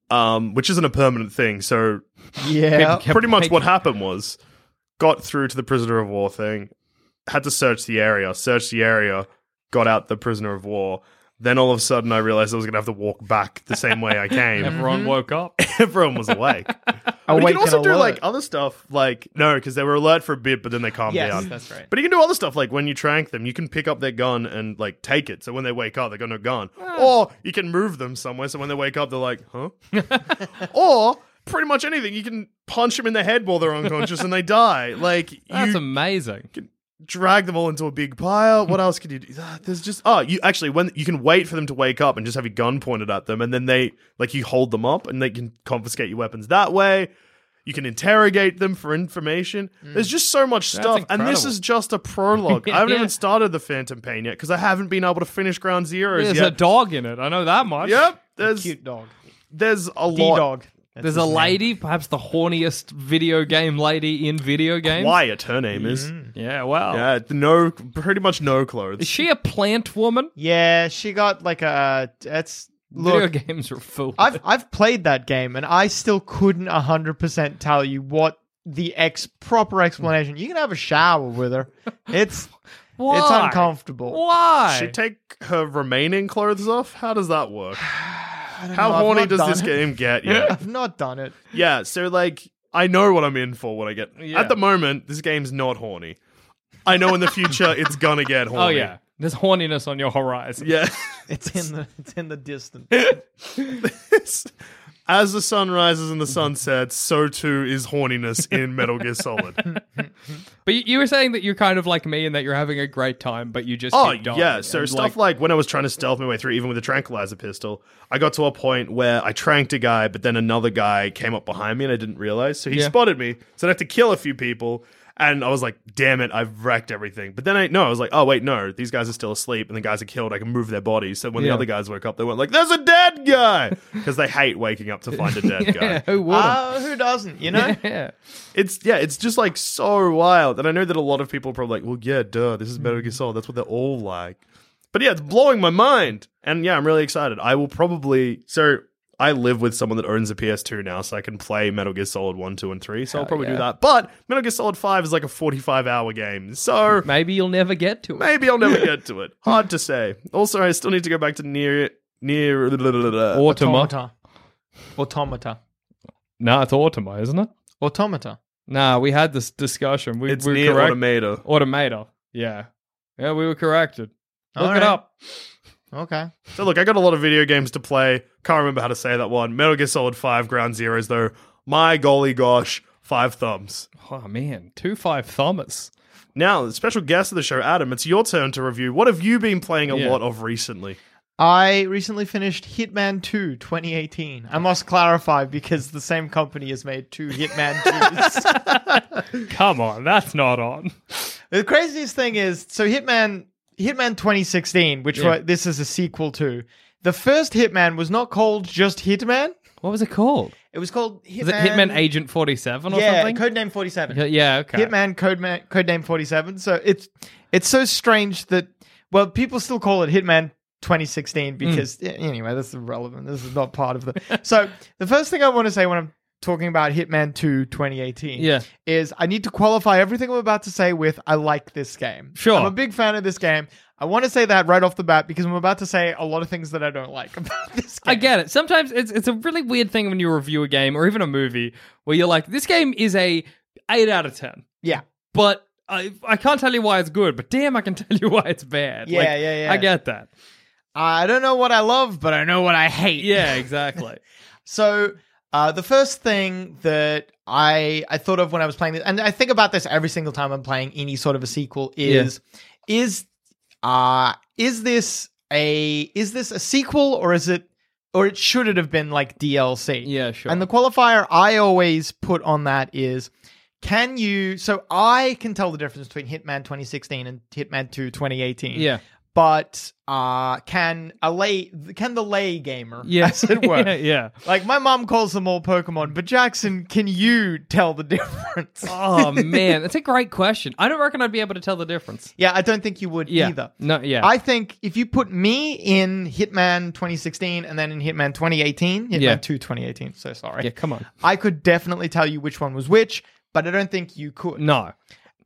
B: um, which isn't a permanent thing. So
C: Yeah.
A: Kept
B: pretty much
A: making-
B: what happened was got through to the prisoner of war thing, had to search the area, searched the area, got out the prisoner of war. Then all of a sudden, I realized I was going to have to walk back the same way I came.
A: Everyone woke up.
B: [LAUGHS] Everyone was awake. But you
C: Awake
B: can also
C: and
B: do
C: alert.
B: like other stuff, like no, because they were alert for a bit, but then they calmed
C: Yes,
B: down.
A: That's right.
B: But you can do other stuff like when you trank them, you can pick up their gun and like take it. So when they wake up, they got no gun.
C: Ah.
B: Or you can move them somewhere. So when they wake up, they're like,
C: [LAUGHS]
B: huh? or pretty much anything. You can punch them in the head while they're unconscious and they die.
C: [LAUGHS]
B: Like
A: That's
B: you
A: amazing.
B: drag them all into a big pile. What else could you do? Ah, There's just oh, you actually when you can wait for them to wake up and just have your gun pointed at them, and then they like you hold them up and they can confiscate your weapons that way. You can interrogate them for information. There's just so much
A: Hmm. That's
B: stuff, and this
A: incredible.
B: is just a
A: [LAUGHS]
B: prologue. I haven't
A: Yeah.
B: even started the Phantom Pain yet because I haven't been able to finish Ground Zeroes
A: There's a
B: yet.
A: dog in it. I know that much.
B: yep, there's
C: cute dog.
B: there's a
C: D
B: lot.
C: dog.
A: There's a lady, perhaps the horniest video game lady in video games.
B: Wyatt, her name is.
A: Yeah, wow.
B: Yeah, no, pretty much no clothes.
A: Is she a plant woman?
C: Yeah, she got like a. That's look.
A: video games are full.
C: I've I've played that game and I still couldn't hundred percent tell you what the ex proper explanation. You can have a shower with her. It's
A: Why?
C: it's uncomfortable.
A: Why?
B: She take her remaining clothes off? How does that
C: [SIGHS]
B: work? How
C: know, I've
B: horny
C: not
B: does
C: done
B: this
C: it.
B: game get?
C: [LAUGHS]
B: Yeah.
C: I've not done it.
B: yeah, so like I know what I'm in for when I get
A: Yeah.
B: at the moment, this game's not horny. I know in the future it's gonna
C: [LAUGHS]
B: get horny.
A: oh yeah, there's horniness on your horizon.
B: Yeah. [LAUGHS]
C: It's in the it's in the
A: [LAUGHS]
C: distance.
B: It's- As the sun rises and the sun sets, so too is horniness in Metal Gear Solid.
A: But you, you were saying that you're kind of like me and that you're having a great time, but you just
B: Oh
A: keep dying
B: yeah, so
A: and,
B: stuff like, when I was trying to stealth my way through, even with a tranquilizer pistol, I got to a point where I tranked a guy, but then another guy came up behind me and I didn't realize, so he
A: Yeah.
B: spotted me. So I had to kill a few people, and I was like, "Damn it, I've wrecked everything." But then I no, I was like, "Oh wait, no, these guys are still asleep, and the guys are killed. I can move their bodies." So when
A: Yeah.
B: the other guys woke up, they weren't like, "There's a dead guy," because they hate waking up to find a
A: [LAUGHS]
B: dead guy.
A: yeah, who would?
B: Ah.
C: Uh, who doesn't?
A: [LAUGHS]
C: You know.
A: yeah.
B: It's yeah, it's just like so wild. And I know that a lot of people are probably like, well, yeah, duh, this is Metal
A: Mm.
B: Gear Solid. That's what they're all like. But yeah, it's blowing my mind. And yeah, I'm really excited. I will probably so I live with someone that owns a PS2 now, so I can play Metal Gear Solid 1, 2, and 3. So I'll probably do
A: yeah.
B: that. But Metal Gear Solid 5 is like a 45 hour game.
A: [LAUGHS]
B: So
A: Maybe you'll never get to it.
B: maybe I'll never get to it. Hard to say. Also, I still need to go back to near near
A: Automata.
C: Automata. Automata.
A: No, it's Automa, isn't it?
C: Automata.
A: Nah, we had this discussion. We,
B: it's
A: we were
B: near
A: correct.
B: Automata.
A: Automator. Yeah. Yeah, we were corrected. Look
C: All
A: it
C: right.
A: up.
C: Okay.
B: So look, I got a lot of video games to play. Can't remember how to say that one. Metal Gear Solid Five Ground Zeroes though. My golly gosh, five thumbs.
A: Oh man, two five thumbers.
B: Now, the special guest of the show, Adam, it's your turn to review. What have you been playing a
A: Yeah.
B: lot of recently?
C: I recently finished Hitman 2 2018. I must clarify because the same company has made two Hitman
A: [LAUGHS]
C: 2s.
A: Come on, that's not on.
C: The craziest thing is, so Hitman Hitman 2016, which wa- this is a sequel to. The first Hitman was not called just Hitman.
A: What was it called?
C: It was called Hitman.
A: Is it Hitman Agent Forty Seven or
C: Yeah,
A: something?
C: codename 47.
A: Yeah, yeah, okay.
C: Hitman Codeman, Codename 47. So it's it's so strange that well, people still call it Hitman
A: Hmm.
C: 2016 because a- anyway, this is irrelevant. This is not part of the [LAUGHS] So the first thing I want to say when I'm talking about Hitman 2 2018
A: Yeah.
C: is I need to qualify everything I'm about to say with I like this game.
A: Sure.
C: I'm a big fan of this game. I want to say that right off the bat because I'm about to say a lot of things that I don't like [LAUGHS] about this game.
A: I get it. Sometimes it's it's a really weird thing when you review a game or even a movie where you're like, this game is a eight out of ten,
C: yeah.
A: but I I can't tell you why it's good, but damn, I can [LAUGHS] tell you why it's bad.
C: Yeah,
A: Like,
C: yeah, yeah.
A: I get that.
C: I don't know what I love, but I know what I hate.
A: Yeah, exactly.
C: So uh, the first thing that I I thought of when I was playing this, and I think about this every single time I'm playing any sort of a sequel, is is uh is this a is this a sequel or is it or it should it have been like DLC?
A: Yeah, sure.
C: And the qualifier I always put on that is can you so I can tell the difference between Hitman 2016 and Hitman 2 2018.
A: yeah,
C: but uh, can a lay can the lay gamer,
A: [LAUGHS] Yeah.
C: [LAUGHS] as it were,
A: [LAUGHS] yeah, yeah.
C: Like my mom calls them all Pokemon, but Jackson, can you tell the [LAUGHS] difference?
A: Oh man, that's a great question. I don't reckon I'd be able to tell the difference.
C: yeah, I don't think you would
A: Yeah.
C: either.
A: No, yeah.
C: I think if you put me in Hitman 2016 and then in Hitman 2018, Hitman
A: Yeah.
C: 2 2018, so sorry.
A: Yeah, come on.
C: I could definitely tell you which one was which, but I don't think you could.
A: No.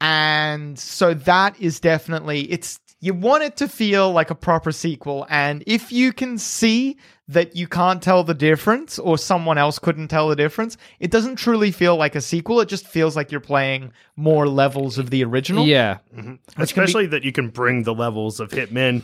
C: And so that is definitely it's you want it to feel like a proper sequel and if you can see that you can't tell the difference or someone else couldn't tell the difference, it doesn't truly feel like a sequel, it just feels like you're playing more levels of the original.
A: Yeah.
B: Especially that you can bring the levels of Hitman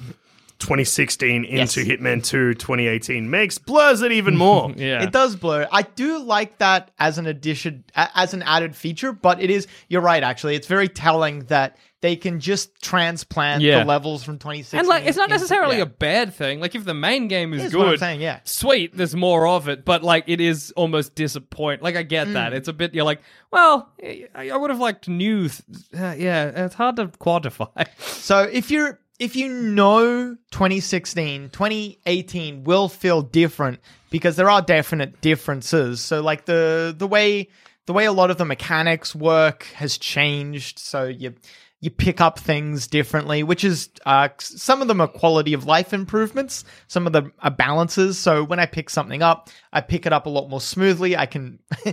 B: 2016 into Hitman 2 2018 makes blurs it even more.
A: [LAUGHS] Yeah.
C: It does blur. I do like that as an addition, a- as an added feature, but it is, you're right, actually. It's very telling that they can just transplant
A: Yeah.
C: the levels from 2016.
A: And like it's not
C: into-
A: necessarily
C: yeah.
A: a bad thing. Like if the main game is
C: Is
A: good,
C: what I'm saying, yeah.
A: sweet, there's more of it, but like it is almost disappoint. Like I get that.
C: Hmm.
A: It's a bit you're like, well, I, I would have liked new th- uh, yeah, it's hard to
C: [LAUGHS]
A: quantify.
C: So if you're if you know 2016, 2018 will feel different because there are definite differences. So like the the way the way a lot of the mechanics work has changed. So you you pick up things differently, which is uh, s- some of them are quality of life improvements, some of them are balances. So when I pick something up, I pick it up a lot more smoothly. I can. [LAUGHS]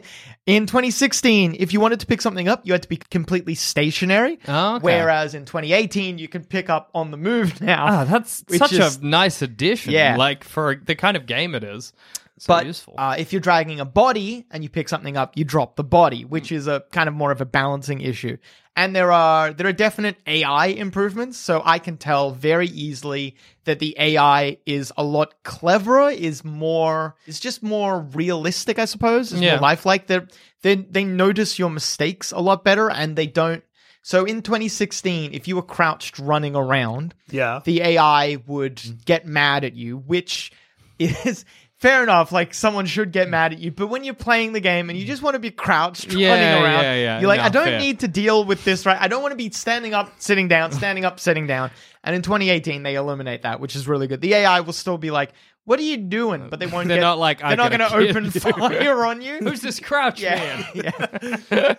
C: in 2016, if you wanted to pick something up, you had to be completely stationary.
A: Oh, okay.
C: Whereas in 2018, you can pick up on the move [LAUGHS] now.
A: Ah, that's
C: Which
A: such
C: is-
A: a nice addition.
C: Yeah.
A: Like for the kind of game it is. So
C: but
A: useful.
C: uh, if you're dragging a body and you pick something up, you drop the body, which is a kind of more of a balancing issue. And there are there are definite AI improvements, so I can tell very easily that the AI is a lot cleverer, is more is just more realistic, I suppose, is
A: Yeah.
C: more lifelike. They they they notice your mistakes a lot better, and they don't. So in 2016, if you were crouched running around,
B: Yeah.
C: the AI would
A: Mm-hmm.
C: get mad at you, which [LAUGHS] is fair enough. Like someone should get mad at you, but when you're playing the game and you just want to be crouched
A: Mm. Yeah,
C: running around,
A: yeah, yeah.
C: you're like,
A: No,
C: I don't
A: fair.
C: need to deal with this. Right? I don't want to be standing up, sitting down, standing up, sitting down. And in 2018, they eliminate that, which is really good. The AI will still be like, "What are you doing?" But they won't.
A: They're
C: get-
A: not like,
C: they're
A: "I
C: not
A: got
C: going to
A: a kid,
C: open
A: dude."
C: fire on you.
A: [LAUGHS] [LAUGHS] Who's
C: [LAUGHS]
A: this crouch
C: yeah,
A: man?
C: [LAUGHS] yeah,
A: Gotta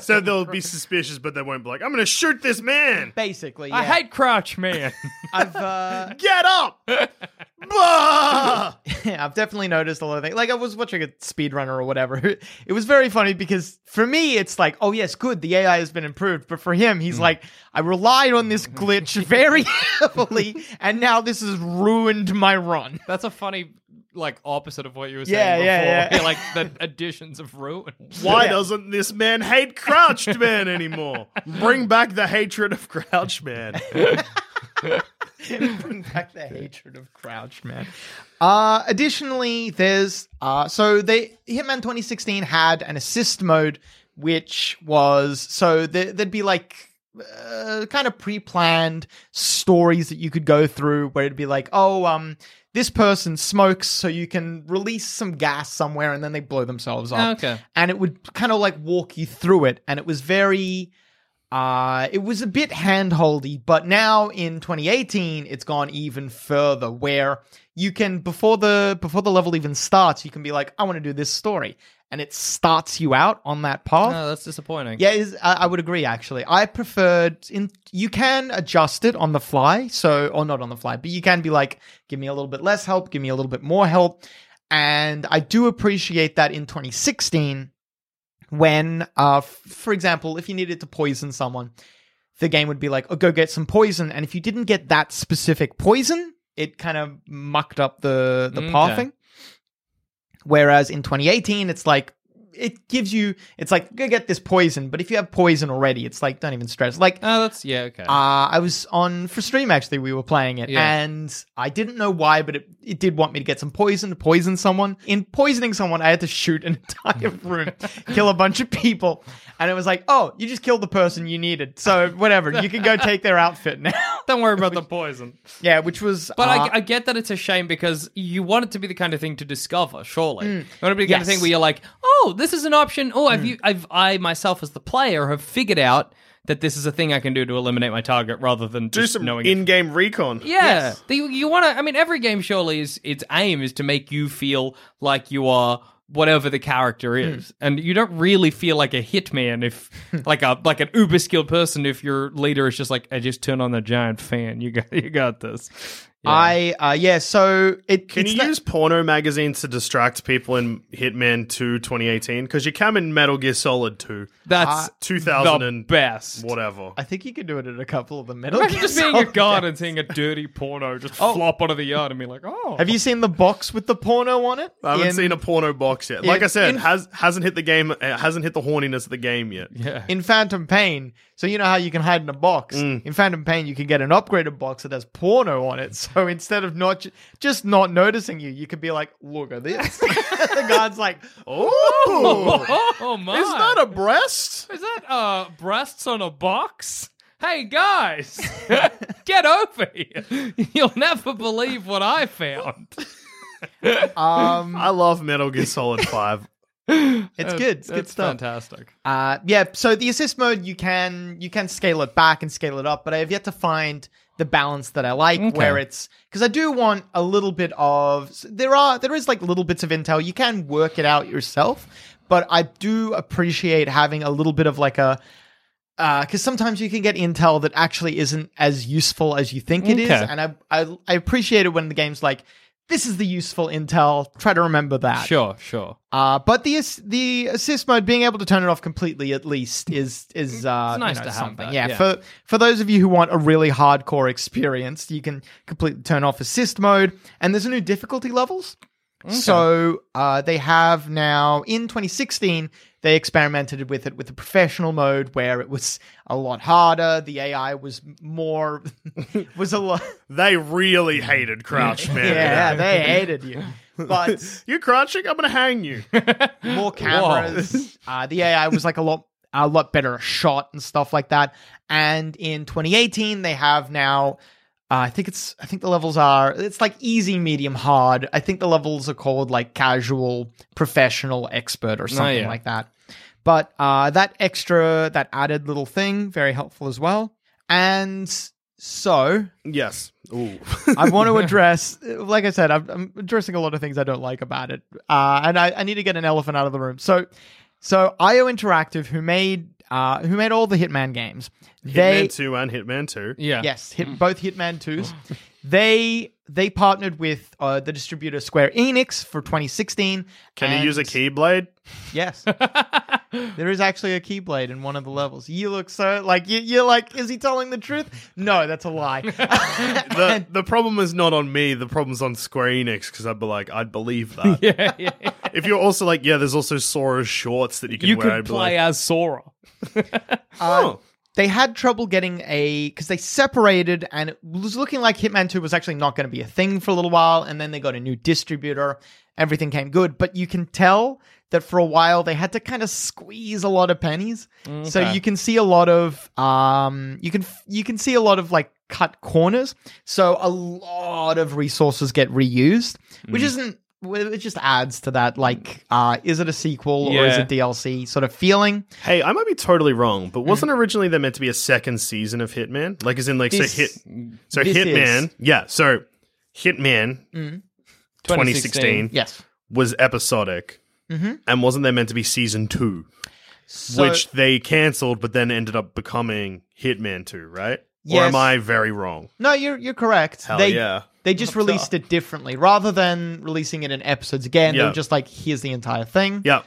B: So
A: come-
B: they'll be suspicious, but they won't be like, I'm going to shoot this man.
C: basically.
A: I
C: yeah.
A: hate crouch man. [LAUGHS]
C: I've uh,
B: Get up. Blah!
C: Yeah, [LAUGHS] I've definitely noticed a lot of things. Like I was watching a speedrunner or whatever. [LAUGHS] It was very funny because for me it's like, oh yes, good, the AI has been improved. But for him, he's like, I relied on this glitch very [LAUGHS] heavily, and now this has ruined my run.
A: That's a funny like opposite of what you were
C: Yeah,
A: saying
C: yeah,
A: before.
C: yeah.
A: [LAUGHS] like the additions of ruin.
B: Why doesn't this man hate Crouched Man anymore? [LAUGHS] Bring back the hatred of Crouched Man.
C: [LAUGHS] Bring back the hatred of Crouch, man. Uh, additionally, there's uh, so they Hitman 2016 had an assist mode, which was so there, there'd be like uh, kind of pre-planned stories that you could go through, where it'd be like, oh, um, this person smokes, so you can release some gas somewhere, and then they blow themselves up.
A: Okay.
C: and it would kind of like walk you through it, and it was very. Uh, it was a bit handholdy, but now in 2018, it's gone even further where you can before the before the level even starts, you can be like, I want to do this story, and it starts you out on that path.
A: Oh, that's disappointing.
C: Yeah, it is, I, I would agree. Actually, I preferred in you can adjust it on the fly, so or not on the fly, but you can be like, give me a little bit less help, give me a little bit more help, and I do appreciate that in 2016 when, uh, f- for example, if you needed to poison someone, the game would be like, oh, go get some poison, and if you didn't get that specific poison, it kind of mucked up the the
A: Okay.
C: pathing. Whereas in 2018, it's like it gives you it's like go get this poison, but if you have poison already, it's like don't even stress. Like
A: Oh, that's yeah, okay.
C: uh, I was on for stream actually. We were playing it,
A: Yeah.
C: and I didn't know why, but it, it did want me to get some poison to poison someone. In poisoning someone, I had to shoot an [LAUGHS]
A: [LAUGHS]
C: entire room, kill a bunch of people, and it was like, oh, you just killed the person you needed. So whatever, you can
A: [LAUGHS]
C: go take their outfit now. [LAUGHS]
A: Don't worry about the poison.
C: yeah, which was
A: But
C: uh,
A: I, I get that it's a shame because you want it to be the kind of thing to discover, surely. You want it to be the kind of
C: Yes.
A: thing where you're like, oh, this is an option. Oh, I've, you, I've I myself as the player have figured out that this is a thing I can do to eliminate my target rather than
B: Do
A: just
B: some
A: knowing it.
B: in-game recon.
A: Yeah, The- you, want to. I mean, every game surely is its aim is to make you feel like you are whatever the character is, and you don't really feel like a hitman if, like a like an uber skilled person, if your leader is just like, I just turn on the giant fan. You got [LAUGHS] you got this. Yeah.
C: I uh, yeah. So it
B: Can
C: it's
B: you
C: not-
B: use porno magazines to distract people in Hitman 2 2018? Because you can in Metal Gear Solid 2.
A: that's the
B: 2000 and
A: best.
B: whatever.
C: I think you can do it in a couple of the middle.
A: [LAUGHS] Imagine just being a Oh.
C: games.
A: guard and seeing a dirty porno just flop onto the yard and be like, oh.
C: Have you seen the box with the porno on it?
B: I haven't
C: In-
B: seen a porno box yet. Like
C: in-
B: I said,
C: in-
B: has hasn't hit the game. It hasn't hit the horniness of the game yet.
A: Yeah.
C: in Phantom Pain. So you know how you can hide in a box.
B: Mm.
C: In Phantom Pain, you can get an upgraded box that has porno on it. [LAUGHS] So instead of not ju- just not noticing you, you could be like, "Look at this." [LAUGHS] the guard's like,
B: Oh,
A: oh, [LAUGHS] oh my!
B: [LAUGHS] is that a
A: [LAUGHS]
B: breast?
A: Is that uh breasts on a box? Hey [LAUGHS] guys, get over here! [LAUGHS] You'll never believe what I found.
C: "Um,
B: I love Metal Gear Solid 5.
C: it's
A: Oh,
C: good. It's good
A: That's
C: stuff."
A: Fantastic.
C: Uh, yeah. So the assist mode, you can you can scale it back and scale it up, but I have yet to find the balance that I like, where it's because I do want a little bit of s- there are there is like little bits of intel you can work it out yourself, but I do appreciate having a little bit of like a because sometimes you can get intel that actually isn't as useful as you think it is,
A: Okay.
C: and I, I I appreciate it when the game's like. This is the useful intel. Try to remember that.
A: Sure, sure.
C: Uh, but the ass- the assist mode, being able to turn it off completely at least is is uh, you
A: nice
C: know,
A: to have
C: something.
A: that,
C: yeah,
A: yeah.
C: for for those of you who want a really hardcore experience, you can completely turn off assist mode. And there's a new difficulty levels. So uh, they have now in 2016 they experimented with it with the professional mode where it was a lot harder. The AI was more [LAUGHS] was a lot.
B: They really hated Crouch, man.
C: yeah, they hated you. But
B: You crouching? I'm gonna hang you.
C: more cameras. uh, the AI was like a lot a lot better shot and stuff like that. And in 2018, they have now. Uh, I think it's. I think the levels are. It's like easy, medium, hard. I think the levels are called like casual, professional, expert, or something
A: yeah.
C: like that. But uh, that extra, that added little thing, very helpful as well. And so
B: yes. Ooh.
C: I want
B: [LAUGHS]
C: to address, like I said, I'm, I'm addressing a lot of things I don't like about it, uh, and I, I need to get an elephant out of the room. So, so IO Interactive, who made uh, who made all the Hitman games, they
B: Hitman Mm. 2 and Hitman 2.
A: Yeah.
C: yes, hit both
B: [LAUGHS]
C: Hitman twos. they they partnered with uh, the distributor Square Enix for 2016.
B: Can
C: and-
B: you use a keyblade? [LAUGHS]
C: Yes. there is actually a keyblade in one of the levels. You look so like you, you're like, is he telling the truth? No, that's a lie.
B: The the problem is not on me. The problem's on Square Enix because I'd be like, I'd believe that.
A: yeah, yeah.
B: If you're also like, yeah, there's also Sora's shorts that you can
A: You
B: wear.
A: could
B: I'd be
A: play
B: like,
A: as Sora.
B: oh,
C: Uh, they had trouble getting a because they separated and it was looking like Hitman 2 was actually not going to be a thing for a little while and then they got a new distributor everything came good but you can tell that for a while they had to kind of squeeze a lot of pennies so you can see a lot of um you can f- you can see a lot of like cut corners so a lot of resources get reused which isn't well, it just adds to that like uh is it a sequel or is
A: Yeah.
C: it DLC sort of feeling
B: hey, I might be totally wrong, but wasn't originally there meant to be a second season of Hitman? Like, as in, like,
C: This-
B: so hit, so
C: this
B: Hitman,
C: is-
B: yeah, so Hitman 2016
C: yes
B: was episodic, and wasn't there meant to be season two,
C: so,
B: which they cancelled, but then ended up becoming Hitman Two, right? Or
C: Yes.
B: am I very wrong?
C: No, you're you're correct.
B: Hell
C: they
B: yeah. [LAUGHS]
C: they just released it differently. Rather than releasing it in episodes again, they
B: Yeah.
C: were just like, here's the entire thing.
B: Yeah,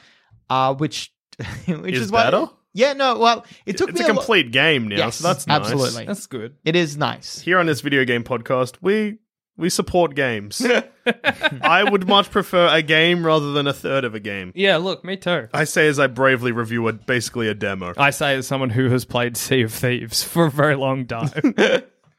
C: Uh which [LAUGHS] which
B: Is
C: is, why
B: better?
C: Yeah, no, well, it took
B: it's
C: me
B: a
C: lo-
B: complete game now,
C: Yes,
B: so that's nice.
C: absolutely.
A: That's good.
C: it is nice.
B: here on this video game podcast, we we support
C: [LAUGHS]
B: games. I would much prefer a game rather than a third of a game.
A: Yeah, look, me too.
B: I say as I bravely review a basically a demo.
A: I say as someone who has played Sea of Thieves for a very long time.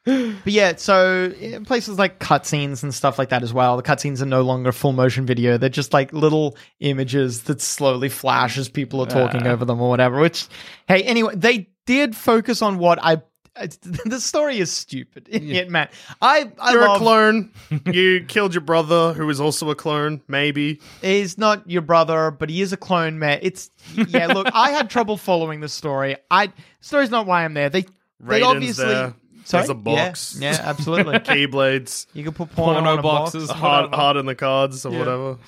C: But yeah, so in places like cutscenes and stuff like that as well. The cutscenes are no longer full motion video; they're just like little images that slowly flash as people are talking over them or whatever. Which, hey, anyway, they did focus on what I [LAUGHS] it's, the story is stupid. [LAUGHS] Yet, man, I I
B: You're
C: love-
B: a
C: [LAUGHS]
B: clone. you killed your brother, who is also a clone. Maybe
C: He's not your brother, but he is a clone, man. It's yeah. Look,
B: [LAUGHS]
C: I had trouble following the story. I story's not why I'm there. They they
B: Raiden's
C: obviously
B: there.
C: Sorry?
B: There's a box.
C: Yeah, yeah absolutely.
B: [LAUGHS] keyblades,
C: you can put porno,
A: Porno
C: on a box.
A: boxes.
B: hard, hard in the cards or whatever.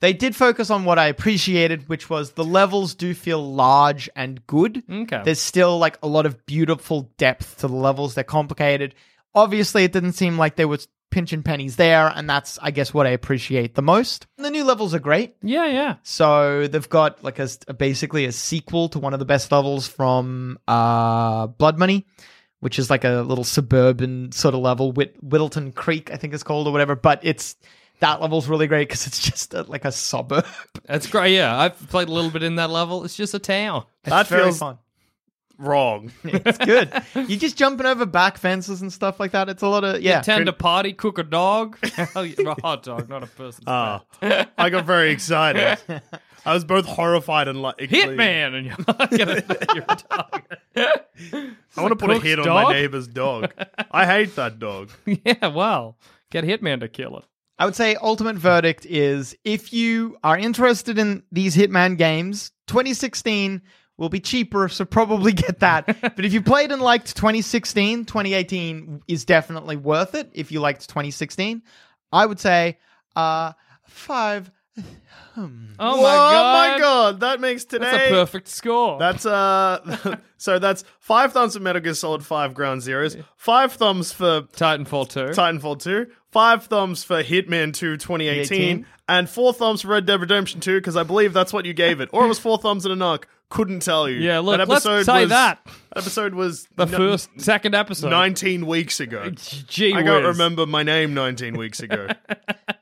C: They did focus on what I appreciated, which was the levels do feel large and good.
A: [LAUGHS]
B: Mm,
A: Okay.
C: There's still like a lot of beautiful depth to the levels. They're complicated. Obviously, it didn't seem like there was pinching pennies there, and that's I guess what I appreciate the most. The new levels are great.
A: Yeah, yeah.
C: So they've got like a, a- basically a sequel to one of the best levels from uh, Blood Money, which is like a little suburban sort of level, Whit- Whittleton Creek, I think it's called or whatever. But it's that level's really great because it's [LAUGHS] just a, like a suburb.
A: That's great. Yeah, I've played a little bit in that level. It's just a town.
B: That
C: It's very
B: feels
C: fun. [LAUGHS]
B: wrong. [LAUGHS]
C: It's good. You're just jumping over back fences and stuff like that. It's a lot of yeah.
A: Tend to party, cook
B: [LAUGHS]
A: a dog, a hot dog, not a person.
B: Ah, I got very
C: [LAUGHS]
B: excited. I was both horrified and like
A: Hitman, and you're not gonna [LAUGHS] you're a dog.
B: [LAUGHS] I want to put a
A: Cook's
B: hit on
A: dog? Oh
B: my neighbor's dog. I hate that
A: [LAUGHS]
B: dog.
A: Yeah, well, get Hitman to kill it.
C: I would say ultimate verdict is if you are interested in these Hitman games, 2016 will be cheaper, so probably get [LAUGHS] that. but if you played and liked 2016, 2018 is definitely worth it. If you liked 2016, I would say uh five.
A: Oh my
B: Whoa,
A: god!
B: my god, that makes today
A: That's a perfect score.
B: That's uh, [LAUGHS] so that's five thumbs for Metal Gear Solid Five Ground Zeroes, five thumbs for
A: Titanfall two.
B: Titanfall Two, five thumbs for Hitman 2 2018,
C: 2018.
B: and four thumbs for Red Dead Redemption Two because I believe that's what you gave it, or it was four thumbs and a knock. Couldn't tell you.
A: Yeah, look,
B: that
A: let's
B: episode
A: say
B: was,
A: that.
B: episode was
A: the
B: n-
A: first, second episode.
B: nineteen weeks ago.
A: [LAUGHS] Gee
B: I can't
A: whiz.
B: remember my name nineteen weeks
A: [LAUGHS]
B: ago.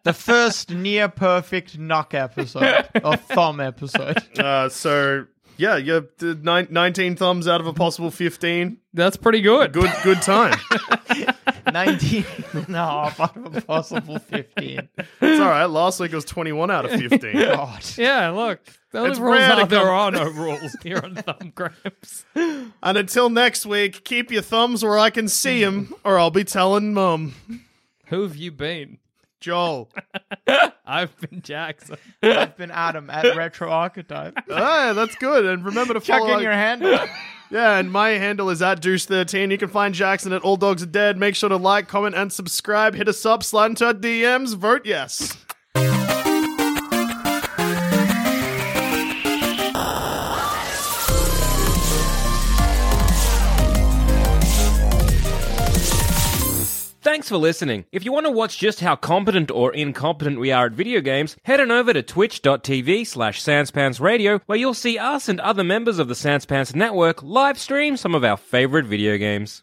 C: The [LAUGHS] first near perfect knock episode or thumb [LAUGHS] episode.
B: uh, so yeah, you did nine, nineteen thumbs out of a possible fifteen.
A: That's pretty good.
B: Good, good time.
C: 19 and a half out of a possible 15. [LAUGHS]
B: it's all right. Last week it was twenty-one out of fifteen.
C: God.
A: Yeah, look. The only
B: It's
A: rules
B: rare to
A: are there
B: come-
A: are no rules here on Thumb
B: [LAUGHS]
A: Gramps.
B: And until next week, keep your thumbs where I can see 'em, or I'll be telling mum.
A: Who have you been?
B: Joel.
A: I've been Jackson.
C: I've been Adam [LAUGHS] at Retro Archetype.
B: ah, that's good. And remember to
C: Chuck
B: follow.
C: in your handle.
B: Yeah, and my handle is at Deuce13. You can find Jackson at All Dogs Are Dead. Make sure to like, comment, and subscribe. Hit us up, slide into our DMs, vote yes.
E: Thanks for listening. If you want to watch just how competent or incompetent we are at video games, head on over to twitch.tv slash sanspantsradio where you'll see us and other members of the Sanspants Network live stream some of our favorite video games.